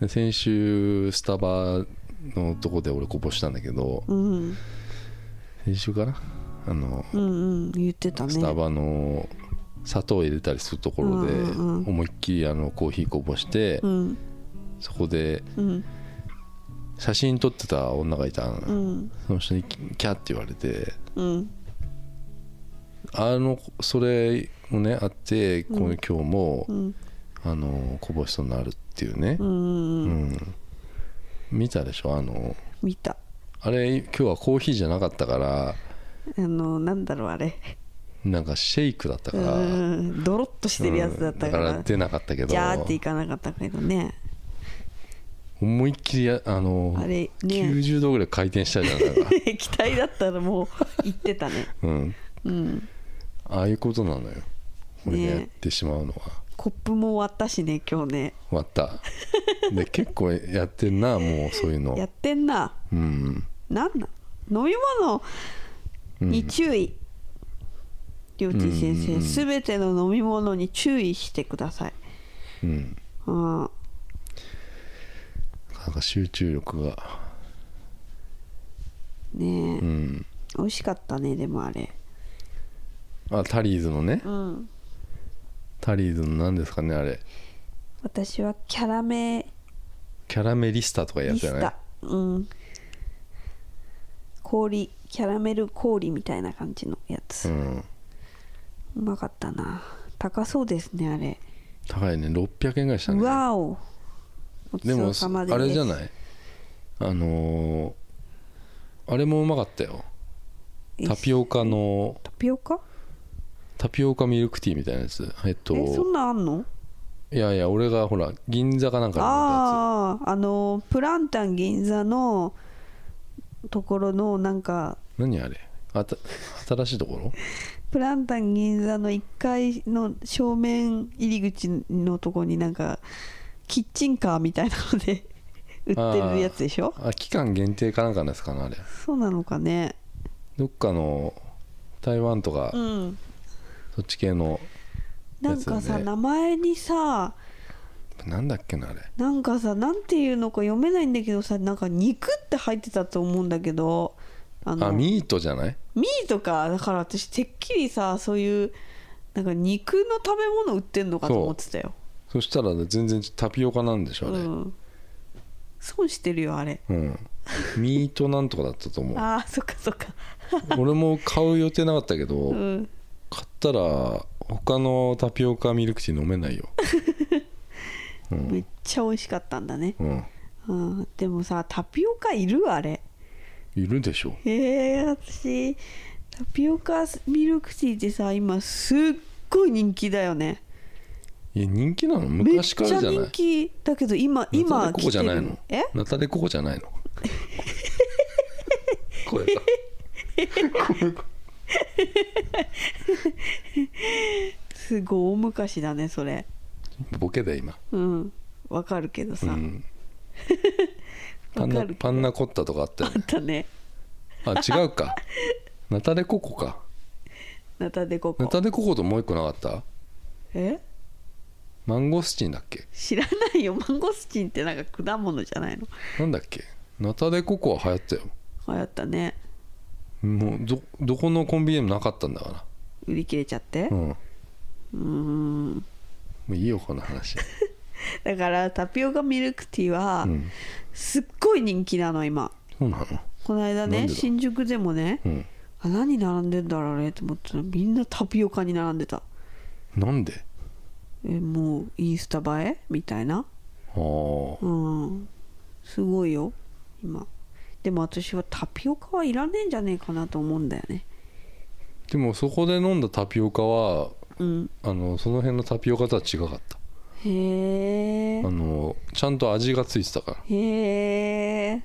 [SPEAKER 1] で先週スタバのとこで俺こぼしたんだけど
[SPEAKER 2] うん
[SPEAKER 1] 先週かなあの
[SPEAKER 2] うん言ってたね
[SPEAKER 1] スタバの砂糖を入れたりするところで
[SPEAKER 2] うんうんうん
[SPEAKER 1] 思いっきりあのコーヒーこぼして
[SPEAKER 2] うん
[SPEAKER 1] そこで
[SPEAKER 2] うん
[SPEAKER 1] 写真撮ってた女がいたの
[SPEAKER 2] う
[SPEAKER 1] よ
[SPEAKER 2] ん
[SPEAKER 1] その人に「キャ」って言われて
[SPEAKER 2] うん
[SPEAKER 1] あのそれもねあってこ
[SPEAKER 2] う
[SPEAKER 1] の
[SPEAKER 2] ん
[SPEAKER 1] 今日も
[SPEAKER 2] うん
[SPEAKER 1] あのこぼしそうになるっていうね
[SPEAKER 2] う、ん
[SPEAKER 1] う
[SPEAKER 2] うん
[SPEAKER 1] ん、見たでしょあの
[SPEAKER 2] 見た
[SPEAKER 1] あれ今日はコーヒーじゃなかったから
[SPEAKER 2] あのなんだろうあれ
[SPEAKER 1] なんかシェイクだった
[SPEAKER 2] う
[SPEAKER 1] から、
[SPEAKER 2] んドロッとしてるやつだったか
[SPEAKER 1] うんだ
[SPEAKER 2] ら
[SPEAKER 1] 出なかったけど
[SPEAKER 2] ジャーっていかなかったけどね
[SPEAKER 1] 思いっきりやあの
[SPEAKER 2] あれね
[SPEAKER 1] 90度ぐらい回転したじゃんない か
[SPEAKER 2] 液体だったらもういってたね
[SPEAKER 1] うん
[SPEAKER 2] うん
[SPEAKER 1] ああいうことなのよ俺が
[SPEAKER 2] ね
[SPEAKER 1] やってしまうのは
[SPEAKER 2] コップも割ったしね今日ね
[SPEAKER 1] 終わったで結構やってんなもうそういう
[SPEAKER 2] や
[SPEAKER 1] の
[SPEAKER 2] ってんな
[SPEAKER 1] うん
[SPEAKER 2] なんなん飲み物に注意、りょうてぃ先
[SPEAKER 1] うんうんうん
[SPEAKER 2] 生すべ、ての飲み物に注意してください
[SPEAKER 1] うん
[SPEAKER 2] うん
[SPEAKER 1] なかなか集中力が
[SPEAKER 2] ねえ、
[SPEAKER 1] うん
[SPEAKER 2] 美味しかったねでもあれ
[SPEAKER 1] あタリーズのね
[SPEAKER 2] うん
[SPEAKER 1] タリーズの何ですかねあれ
[SPEAKER 2] 私はキャラメ
[SPEAKER 1] キャラメリスタとかいうや
[SPEAKER 2] リ
[SPEAKER 1] つじゃ
[SPEAKER 2] ス
[SPEAKER 1] ない
[SPEAKER 2] タうん氷キャラメル氷みたいな感じのやつ、
[SPEAKER 1] う
[SPEAKER 2] うんまかったな高そうですねあれ、
[SPEAKER 1] 高いね600円ぐらいしたね
[SPEAKER 2] うわおお
[SPEAKER 1] でも
[SPEAKER 2] 様
[SPEAKER 1] あれじゃ
[SPEAKER 2] い
[SPEAKER 1] ないあのーあれもうまかったよタピオカの
[SPEAKER 2] タピオカ
[SPEAKER 1] タピオカミルクティーみたいなやつえっと
[SPEAKER 2] えそんなんあんの
[SPEAKER 1] いやいや俺がほら銀座かなんかで飲んだや
[SPEAKER 2] あああのプランタン銀座のところのなんか
[SPEAKER 1] つ何あれあた新しいところ
[SPEAKER 2] プランタン銀座の1階の正面入り口のとこになんかキッチンカーみたいなので売ってるやつでしょ
[SPEAKER 1] あ期間限定かなんかのやつかなあれ
[SPEAKER 2] そうなのかね
[SPEAKER 1] どっかの台湾とか、
[SPEAKER 2] うん
[SPEAKER 1] そっち系の
[SPEAKER 2] なんか
[SPEAKER 1] やつだよ
[SPEAKER 2] さ
[SPEAKER 1] ね
[SPEAKER 2] 名前にさ
[SPEAKER 1] なんだっけなあれ
[SPEAKER 2] なんかさなんていうのか読めないんだけどさなんか肉って入ってたと思うんだけどあ
[SPEAKER 1] あミートじゃない
[SPEAKER 2] ミーとかだから私てっきりさそういうなんか肉の食べ物売ってんのかと思ってたよ
[SPEAKER 1] そしたら全然タピオカなんでしょ
[SPEAKER 2] う
[SPEAKER 1] あれうん、
[SPEAKER 2] ん損してるよあれ
[SPEAKER 1] ミートなんとかだったと思う
[SPEAKER 2] あーそっかそっか
[SPEAKER 1] 俺も買う予定なかったけど、
[SPEAKER 2] うん
[SPEAKER 1] 買ったら他のタピオカミルクティー飲めないようん
[SPEAKER 2] めっちゃ美味しかったんだね、
[SPEAKER 1] うん
[SPEAKER 2] うん、でもさタピオカいるあれ
[SPEAKER 1] いるでしょ
[SPEAKER 2] えー、私タピオカミルクティーってさ今すっごい人気だよね
[SPEAKER 1] いや人気なの
[SPEAKER 2] めっ
[SPEAKER 1] 昔
[SPEAKER 2] ち
[SPEAKER 1] からじ
[SPEAKER 2] ゃ
[SPEAKER 1] ゃない
[SPEAKER 2] 人気だけど今
[SPEAKER 1] ナタデ
[SPEAKER 2] 今
[SPEAKER 1] ココ
[SPEAKER 2] 来
[SPEAKER 1] じ
[SPEAKER 2] て
[SPEAKER 1] ゃない
[SPEAKER 2] る
[SPEAKER 1] の
[SPEAKER 2] え
[SPEAKER 1] ナタデココじゃ ないのこれか
[SPEAKER 2] すごい大昔だねそれ
[SPEAKER 1] ボケだよ今
[SPEAKER 2] うんわかるけどさ、
[SPEAKER 1] うんパ
[SPEAKER 2] わ
[SPEAKER 1] ン
[SPEAKER 2] か
[SPEAKER 1] ナ
[SPEAKER 2] る
[SPEAKER 1] パンナコッタとかあったよ
[SPEAKER 2] あったね
[SPEAKER 1] あ違う かナタデココか
[SPEAKER 2] ナタデコ
[SPEAKER 1] ナ
[SPEAKER 2] コ
[SPEAKER 1] タデココともう一個なかった
[SPEAKER 2] え
[SPEAKER 1] マンゴスチンだっけ
[SPEAKER 2] 知らないよマンゴスチンってなんか果物じゃないの
[SPEAKER 1] なんだっけナタデココは流行ったよ
[SPEAKER 2] 流行ったね
[SPEAKER 1] もうどどこのコンビニでもなかったんだか
[SPEAKER 2] 売り切れちゃっ
[SPEAKER 1] ら
[SPEAKER 2] て
[SPEAKER 1] うんも
[SPEAKER 2] うーん
[SPEAKER 1] ういいよこの話
[SPEAKER 2] だからタピオカミルクティーは
[SPEAKER 1] ん
[SPEAKER 2] すっごい人気なの今
[SPEAKER 1] そうなの
[SPEAKER 2] この間
[SPEAKER 1] なん
[SPEAKER 2] ね
[SPEAKER 1] でだ
[SPEAKER 2] 新宿でもね、
[SPEAKER 1] うん
[SPEAKER 2] あ何並んでんだろうねと思ったらみんなタピオカに並んでた
[SPEAKER 1] なんで
[SPEAKER 2] えもうインスタ映えみたいな
[SPEAKER 1] ああ
[SPEAKER 2] うんすごいよ今でも私はタピオカはいらねえんじゃねえかなと思うんだよね
[SPEAKER 1] でもそこで飲んだタピオカは
[SPEAKER 2] うん
[SPEAKER 1] あのその辺のタピオカとは違かった
[SPEAKER 2] へえ
[SPEAKER 1] あのちゃんと味がついてたから
[SPEAKER 2] へえ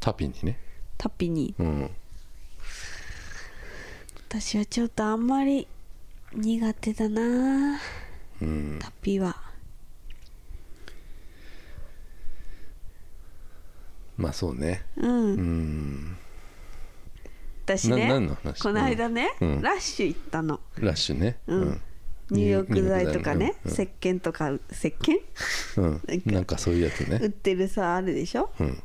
[SPEAKER 1] タピにね
[SPEAKER 2] タピに
[SPEAKER 1] うん
[SPEAKER 2] 私はちょっとあんまり苦手だな
[SPEAKER 1] うん
[SPEAKER 2] タピは
[SPEAKER 1] まあそうね
[SPEAKER 2] うん、
[SPEAKER 1] うん
[SPEAKER 2] 私
[SPEAKER 1] な何
[SPEAKER 2] ね
[SPEAKER 1] の話
[SPEAKER 2] この間ね、
[SPEAKER 1] うん
[SPEAKER 2] ラッシュ行ったの
[SPEAKER 1] ラッシュね
[SPEAKER 2] うん入浴剤とかね、
[SPEAKER 1] うん
[SPEAKER 2] 石鹸とか石鹸
[SPEAKER 1] うん
[SPEAKER 2] なんか
[SPEAKER 1] なんかそういうやつ
[SPEAKER 2] 売っ
[SPEAKER 1] ね
[SPEAKER 2] てるさあるでしょ
[SPEAKER 1] うん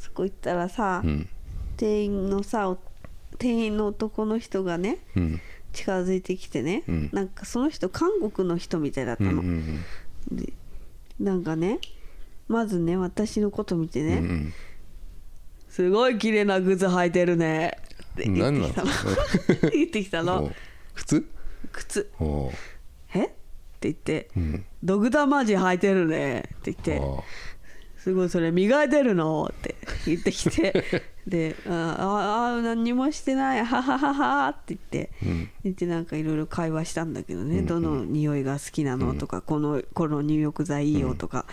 [SPEAKER 2] そこ行ったらさ、
[SPEAKER 1] うん
[SPEAKER 2] 店員のさお店員の男の人がね
[SPEAKER 1] うん
[SPEAKER 2] 近づいてきてね、
[SPEAKER 1] うん
[SPEAKER 2] なんかその人韓国の人みたいだった
[SPEAKER 1] うんう
[SPEAKER 2] の、
[SPEAKER 1] ん
[SPEAKER 2] でなんかねまずね私のこと見て
[SPEAKER 1] う
[SPEAKER 2] ね、
[SPEAKER 1] ん
[SPEAKER 2] すごい綺麗な靴履いてるねって言ってきたの 言ってきた
[SPEAKER 1] うんお
[SPEAKER 2] の
[SPEAKER 1] 普通
[SPEAKER 2] 靴
[SPEAKER 1] おう
[SPEAKER 2] えって言って
[SPEAKER 1] うん
[SPEAKER 2] 「ドクターマージン履いてるね」って言って
[SPEAKER 1] あ
[SPEAKER 2] 「すごいそれ磨いてるの?」って言ってきて で「あああ何にもしてないはははは」って言って
[SPEAKER 1] ーうん
[SPEAKER 2] 言ってなんかいろいろ会話したんだけどね、どの匂いが好きなのとか、このこの入浴剤いいよとか、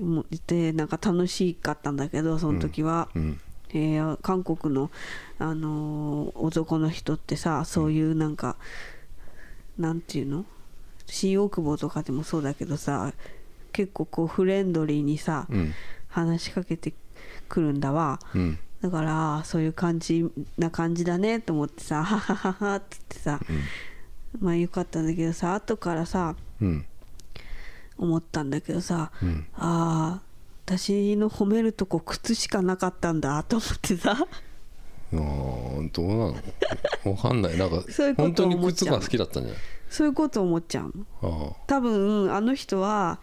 [SPEAKER 2] もう言ってなんか楽しかったんだけどその時は。
[SPEAKER 1] うん
[SPEAKER 2] えー韓国の、あのー男の人ってさそういうなんか、なんていうの新大久保とかでもそうだけどさ結構こうフレンドリーにさ、
[SPEAKER 1] うん
[SPEAKER 2] 話しかけてくるんだわ
[SPEAKER 1] うん
[SPEAKER 2] だからあーそういう感じな感じだねと思ってさ「はははは」って言ってさ、まあよかったんだけどさ後からさ
[SPEAKER 1] うん
[SPEAKER 2] 思ったんだけどさ、
[SPEAKER 1] ん
[SPEAKER 2] ああ私の褒めるとこ靴しかなかったんだと思ってさ。
[SPEAKER 1] あーどうなのわかんないなんか
[SPEAKER 2] そういうこ
[SPEAKER 1] 本
[SPEAKER 2] と
[SPEAKER 1] 当
[SPEAKER 2] を
[SPEAKER 1] に
[SPEAKER 2] 思っち
[SPEAKER 1] 靴
[SPEAKER 2] ゃう
[SPEAKER 1] が好きだったんじゃない
[SPEAKER 2] そういうこと思っちゃうの
[SPEAKER 1] あー
[SPEAKER 2] 多分あの人は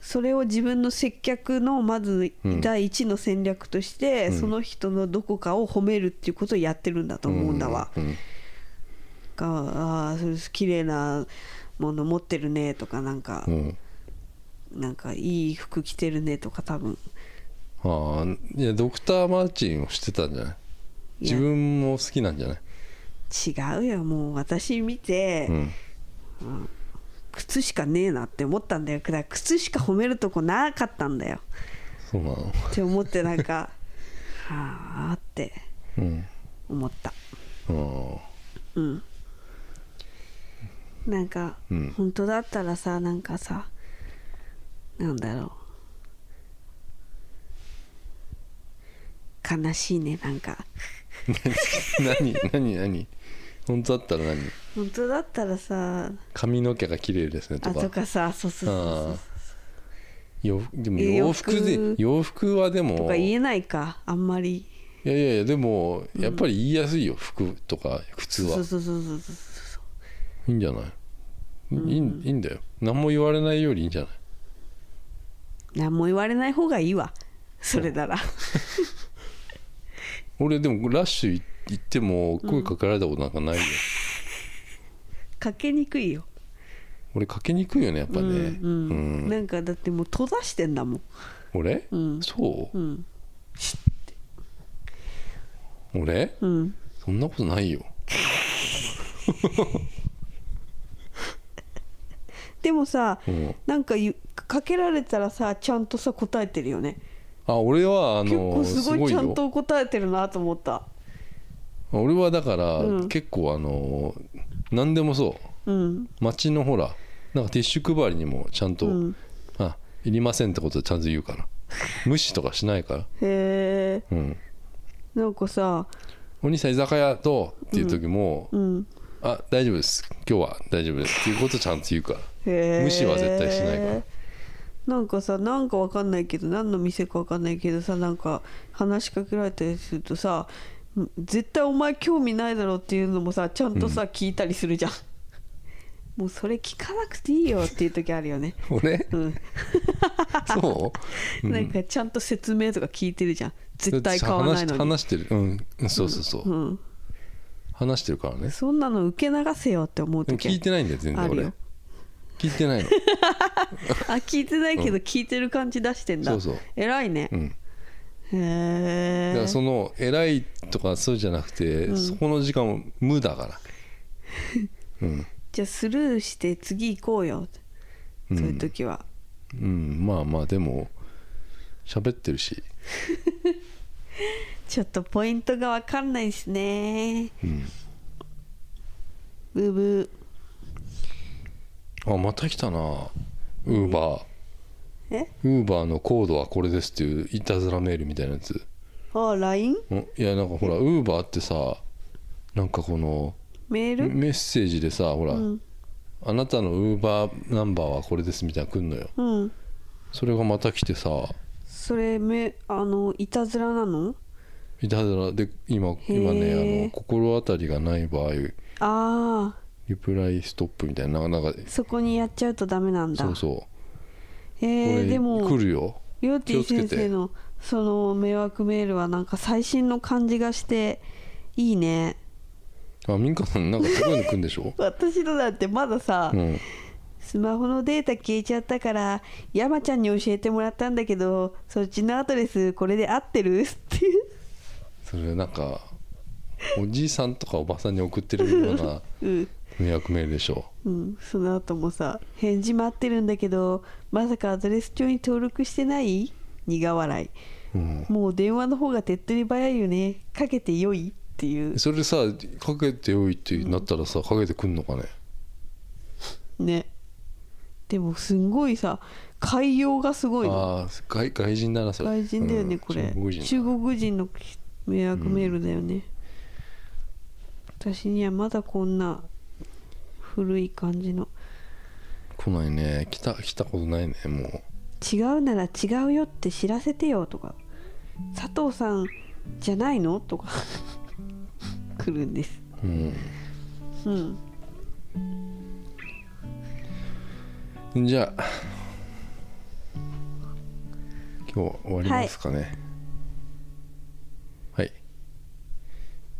[SPEAKER 2] それを自分の接客のまず
[SPEAKER 1] うん
[SPEAKER 2] 第一の戦略として、その人のどこかを褒めるっていうことをやってるんだと思うんだわ。
[SPEAKER 1] うん
[SPEAKER 2] がああーそれ綺麗なもの持ってるねとかなんか
[SPEAKER 1] う、ん
[SPEAKER 2] なんかいい服着てるねとか多分
[SPEAKER 1] あーいやドクター・マーチンをしてたんじゃない
[SPEAKER 2] い
[SPEAKER 1] 自
[SPEAKER 2] や
[SPEAKER 1] 分も好きなんじゃない
[SPEAKER 2] 違うよもう私見て、
[SPEAKER 1] うん
[SPEAKER 2] 靴しかねえなって思ったんだよだから靴しか褒めるとこなかったんだよ
[SPEAKER 1] そうなの
[SPEAKER 2] って思ってなんか はあって
[SPEAKER 1] うん
[SPEAKER 2] 思った
[SPEAKER 1] あー
[SPEAKER 2] うんなんか、
[SPEAKER 1] うん
[SPEAKER 2] 本当だったらさなんかさなんだろう悲しいねなんか
[SPEAKER 1] 何何何本当だったら何
[SPEAKER 2] 本当だったらさ
[SPEAKER 1] 髪の毛が綺麗ですねと
[SPEAKER 2] あ
[SPEAKER 1] か
[SPEAKER 2] とかさそうそうそうそう
[SPEAKER 1] あー洋服でも
[SPEAKER 2] え
[SPEAKER 1] 洋服
[SPEAKER 2] 洋服
[SPEAKER 1] で洋服はで
[SPEAKER 2] と
[SPEAKER 1] も
[SPEAKER 2] か言
[SPEAKER 1] い
[SPEAKER 2] えないかあんまり
[SPEAKER 1] やいやいやでもやっぱり言いやすいよ服とか靴は
[SPEAKER 2] そうそうそうそうそうそう
[SPEAKER 1] いいんじゃないいいいいんだよ何も言われないよりいいんじゃない
[SPEAKER 2] 何も言われない方がいいわそれなら
[SPEAKER 1] 俺でもラッシュい行っても声かけられたことなんか ないよ、
[SPEAKER 2] かけにくいよ
[SPEAKER 1] 俺かけにくいよねやっぱね
[SPEAKER 2] う
[SPEAKER 1] うん
[SPEAKER 2] ん、うんなんかだってもう閉ざしてんだもん
[SPEAKER 1] 俺、
[SPEAKER 2] うん
[SPEAKER 1] そう
[SPEAKER 2] う、ん
[SPEAKER 1] 俺
[SPEAKER 2] うん
[SPEAKER 1] そんなことないよ
[SPEAKER 2] でもさ、
[SPEAKER 1] うん
[SPEAKER 2] なんかゆかけられたらさちゃんとさ答えてるよね
[SPEAKER 1] あ俺はあ
[SPEAKER 2] 結
[SPEAKER 1] の
[SPEAKER 2] 構すごいちゃん
[SPEAKER 1] よ
[SPEAKER 2] と答えてるなと思った
[SPEAKER 1] 俺はだから、
[SPEAKER 2] うん
[SPEAKER 1] 結構あの何でもそう
[SPEAKER 2] うん
[SPEAKER 1] 街のほらなんかティッシュ配りにもちゃんと、
[SPEAKER 2] うん
[SPEAKER 1] あいりませんってことでちゃんと言うから無視とかしないから
[SPEAKER 2] へえ
[SPEAKER 1] うん
[SPEAKER 2] なんかさ
[SPEAKER 1] お兄さん居酒屋どうっていう時も、
[SPEAKER 2] うん
[SPEAKER 1] あ大丈夫です今日は大丈夫ですっていうことちゃんと言うから
[SPEAKER 2] へえ
[SPEAKER 1] 無視は絶対しないから
[SPEAKER 2] なんかさなんかわかんないけど何の店かわかんないけどさなんか話しかけられたりするとさ絶対お前興味ないだろうっていうのもさちゃんとさ、聞いたりするじゃんもうそれ聞かなくていいよっていう時あるよね
[SPEAKER 1] 俺、そう
[SPEAKER 2] なんかちゃんと説明とか聞いてるじゃん絶対買わないのに
[SPEAKER 1] 話してるうんうんそうそうそう、
[SPEAKER 2] うん
[SPEAKER 1] 話してるからね
[SPEAKER 2] そんなの受け流せよって思う
[SPEAKER 1] でも聞い
[SPEAKER 2] 時
[SPEAKER 1] てないんだよ全然
[SPEAKER 2] ある
[SPEAKER 1] 俺
[SPEAKER 2] よ
[SPEAKER 1] 聞いてないの
[SPEAKER 2] あ聞いてないけど聞いてる感じ出してんだ、
[SPEAKER 1] そうそう
[SPEAKER 2] 偉いね
[SPEAKER 1] う、んだ
[SPEAKER 2] へ
[SPEAKER 1] から
[SPEAKER 2] え
[SPEAKER 1] その偉いとかそうじゃなくて、そこの時間も無だから
[SPEAKER 2] じゃあスルーして次行こうよ、そういう時は
[SPEAKER 1] うんまあまあでも喋ってるし
[SPEAKER 2] ちょっとポイントがわかんないですね
[SPEAKER 1] うん
[SPEAKER 2] ブーブ
[SPEAKER 1] あまた来たなウーバ
[SPEAKER 2] ーえ
[SPEAKER 1] ーウーバーのコードはこれですっていういたずらメールみたいなやつ
[SPEAKER 2] あ LINE?
[SPEAKER 1] うんいやなんかほらウーバーってさなんかこの
[SPEAKER 2] メール、
[SPEAKER 1] メッセージでさほら、
[SPEAKER 2] ん
[SPEAKER 1] あなたのウーバーナンバーはこれですみたいなの来んのよ
[SPEAKER 2] うん
[SPEAKER 1] それがまた来てさ
[SPEAKER 2] それめあのいたずらなの
[SPEAKER 1] いたずらで今今
[SPEAKER 2] へー
[SPEAKER 1] ねあの心当たりがない場合
[SPEAKER 2] ああ
[SPEAKER 1] リプライストップみたいななんか
[SPEAKER 2] そこにやっちゃうとダメなんだ
[SPEAKER 1] そうそうこ
[SPEAKER 2] えー、
[SPEAKER 1] れ
[SPEAKER 2] でも
[SPEAKER 1] 来るよ
[SPEAKER 2] りょうてぃ先
[SPEAKER 1] 気をつけ
[SPEAKER 2] 生
[SPEAKER 1] て
[SPEAKER 2] のその迷惑メールはなんか最新の感じがしていいね
[SPEAKER 1] あ民家さんなんかすごいの来るんでし ょ
[SPEAKER 2] 私のだってまださ、
[SPEAKER 1] うん
[SPEAKER 2] スマホのデータ消えちゃったから山ちゃんに教えてもらったんだけどそっちのアドレスこれで合ってるっていう
[SPEAKER 1] それなんかおじいさんとかおばさんに送ってるような
[SPEAKER 2] うん
[SPEAKER 1] 迷惑メールでしょ
[SPEAKER 2] うん、その後もさ「返事待ってるんだけどまさかアドレス帳に登録してない?」苦笑い
[SPEAKER 1] うん
[SPEAKER 2] もう電話の方が手っ取り早いよねかけてよいっていう
[SPEAKER 1] それさかけておいってなったらさかけてくんのかね
[SPEAKER 2] ねでもすんごいさ海洋がすごいの
[SPEAKER 1] ああ外外人だなそれ
[SPEAKER 2] 外人だよね、これ
[SPEAKER 1] 中国人
[SPEAKER 2] 中国人の迷惑メールだよね、私にはまだこんな古い感じの
[SPEAKER 1] 来ないね来た来たことないねもう
[SPEAKER 2] 違うなら違うよって知らせてよとか佐藤さんじゃないのとか 来るんですうん
[SPEAKER 1] うんじゃあ今日は終わりますかねはい、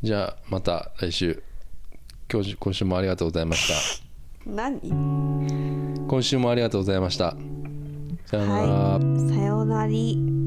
[SPEAKER 1] じゃあまた来週今日今週もありがとうございまし
[SPEAKER 2] 何
[SPEAKER 1] た今週もありがとうございましたさようなら、
[SPEAKER 2] さようなり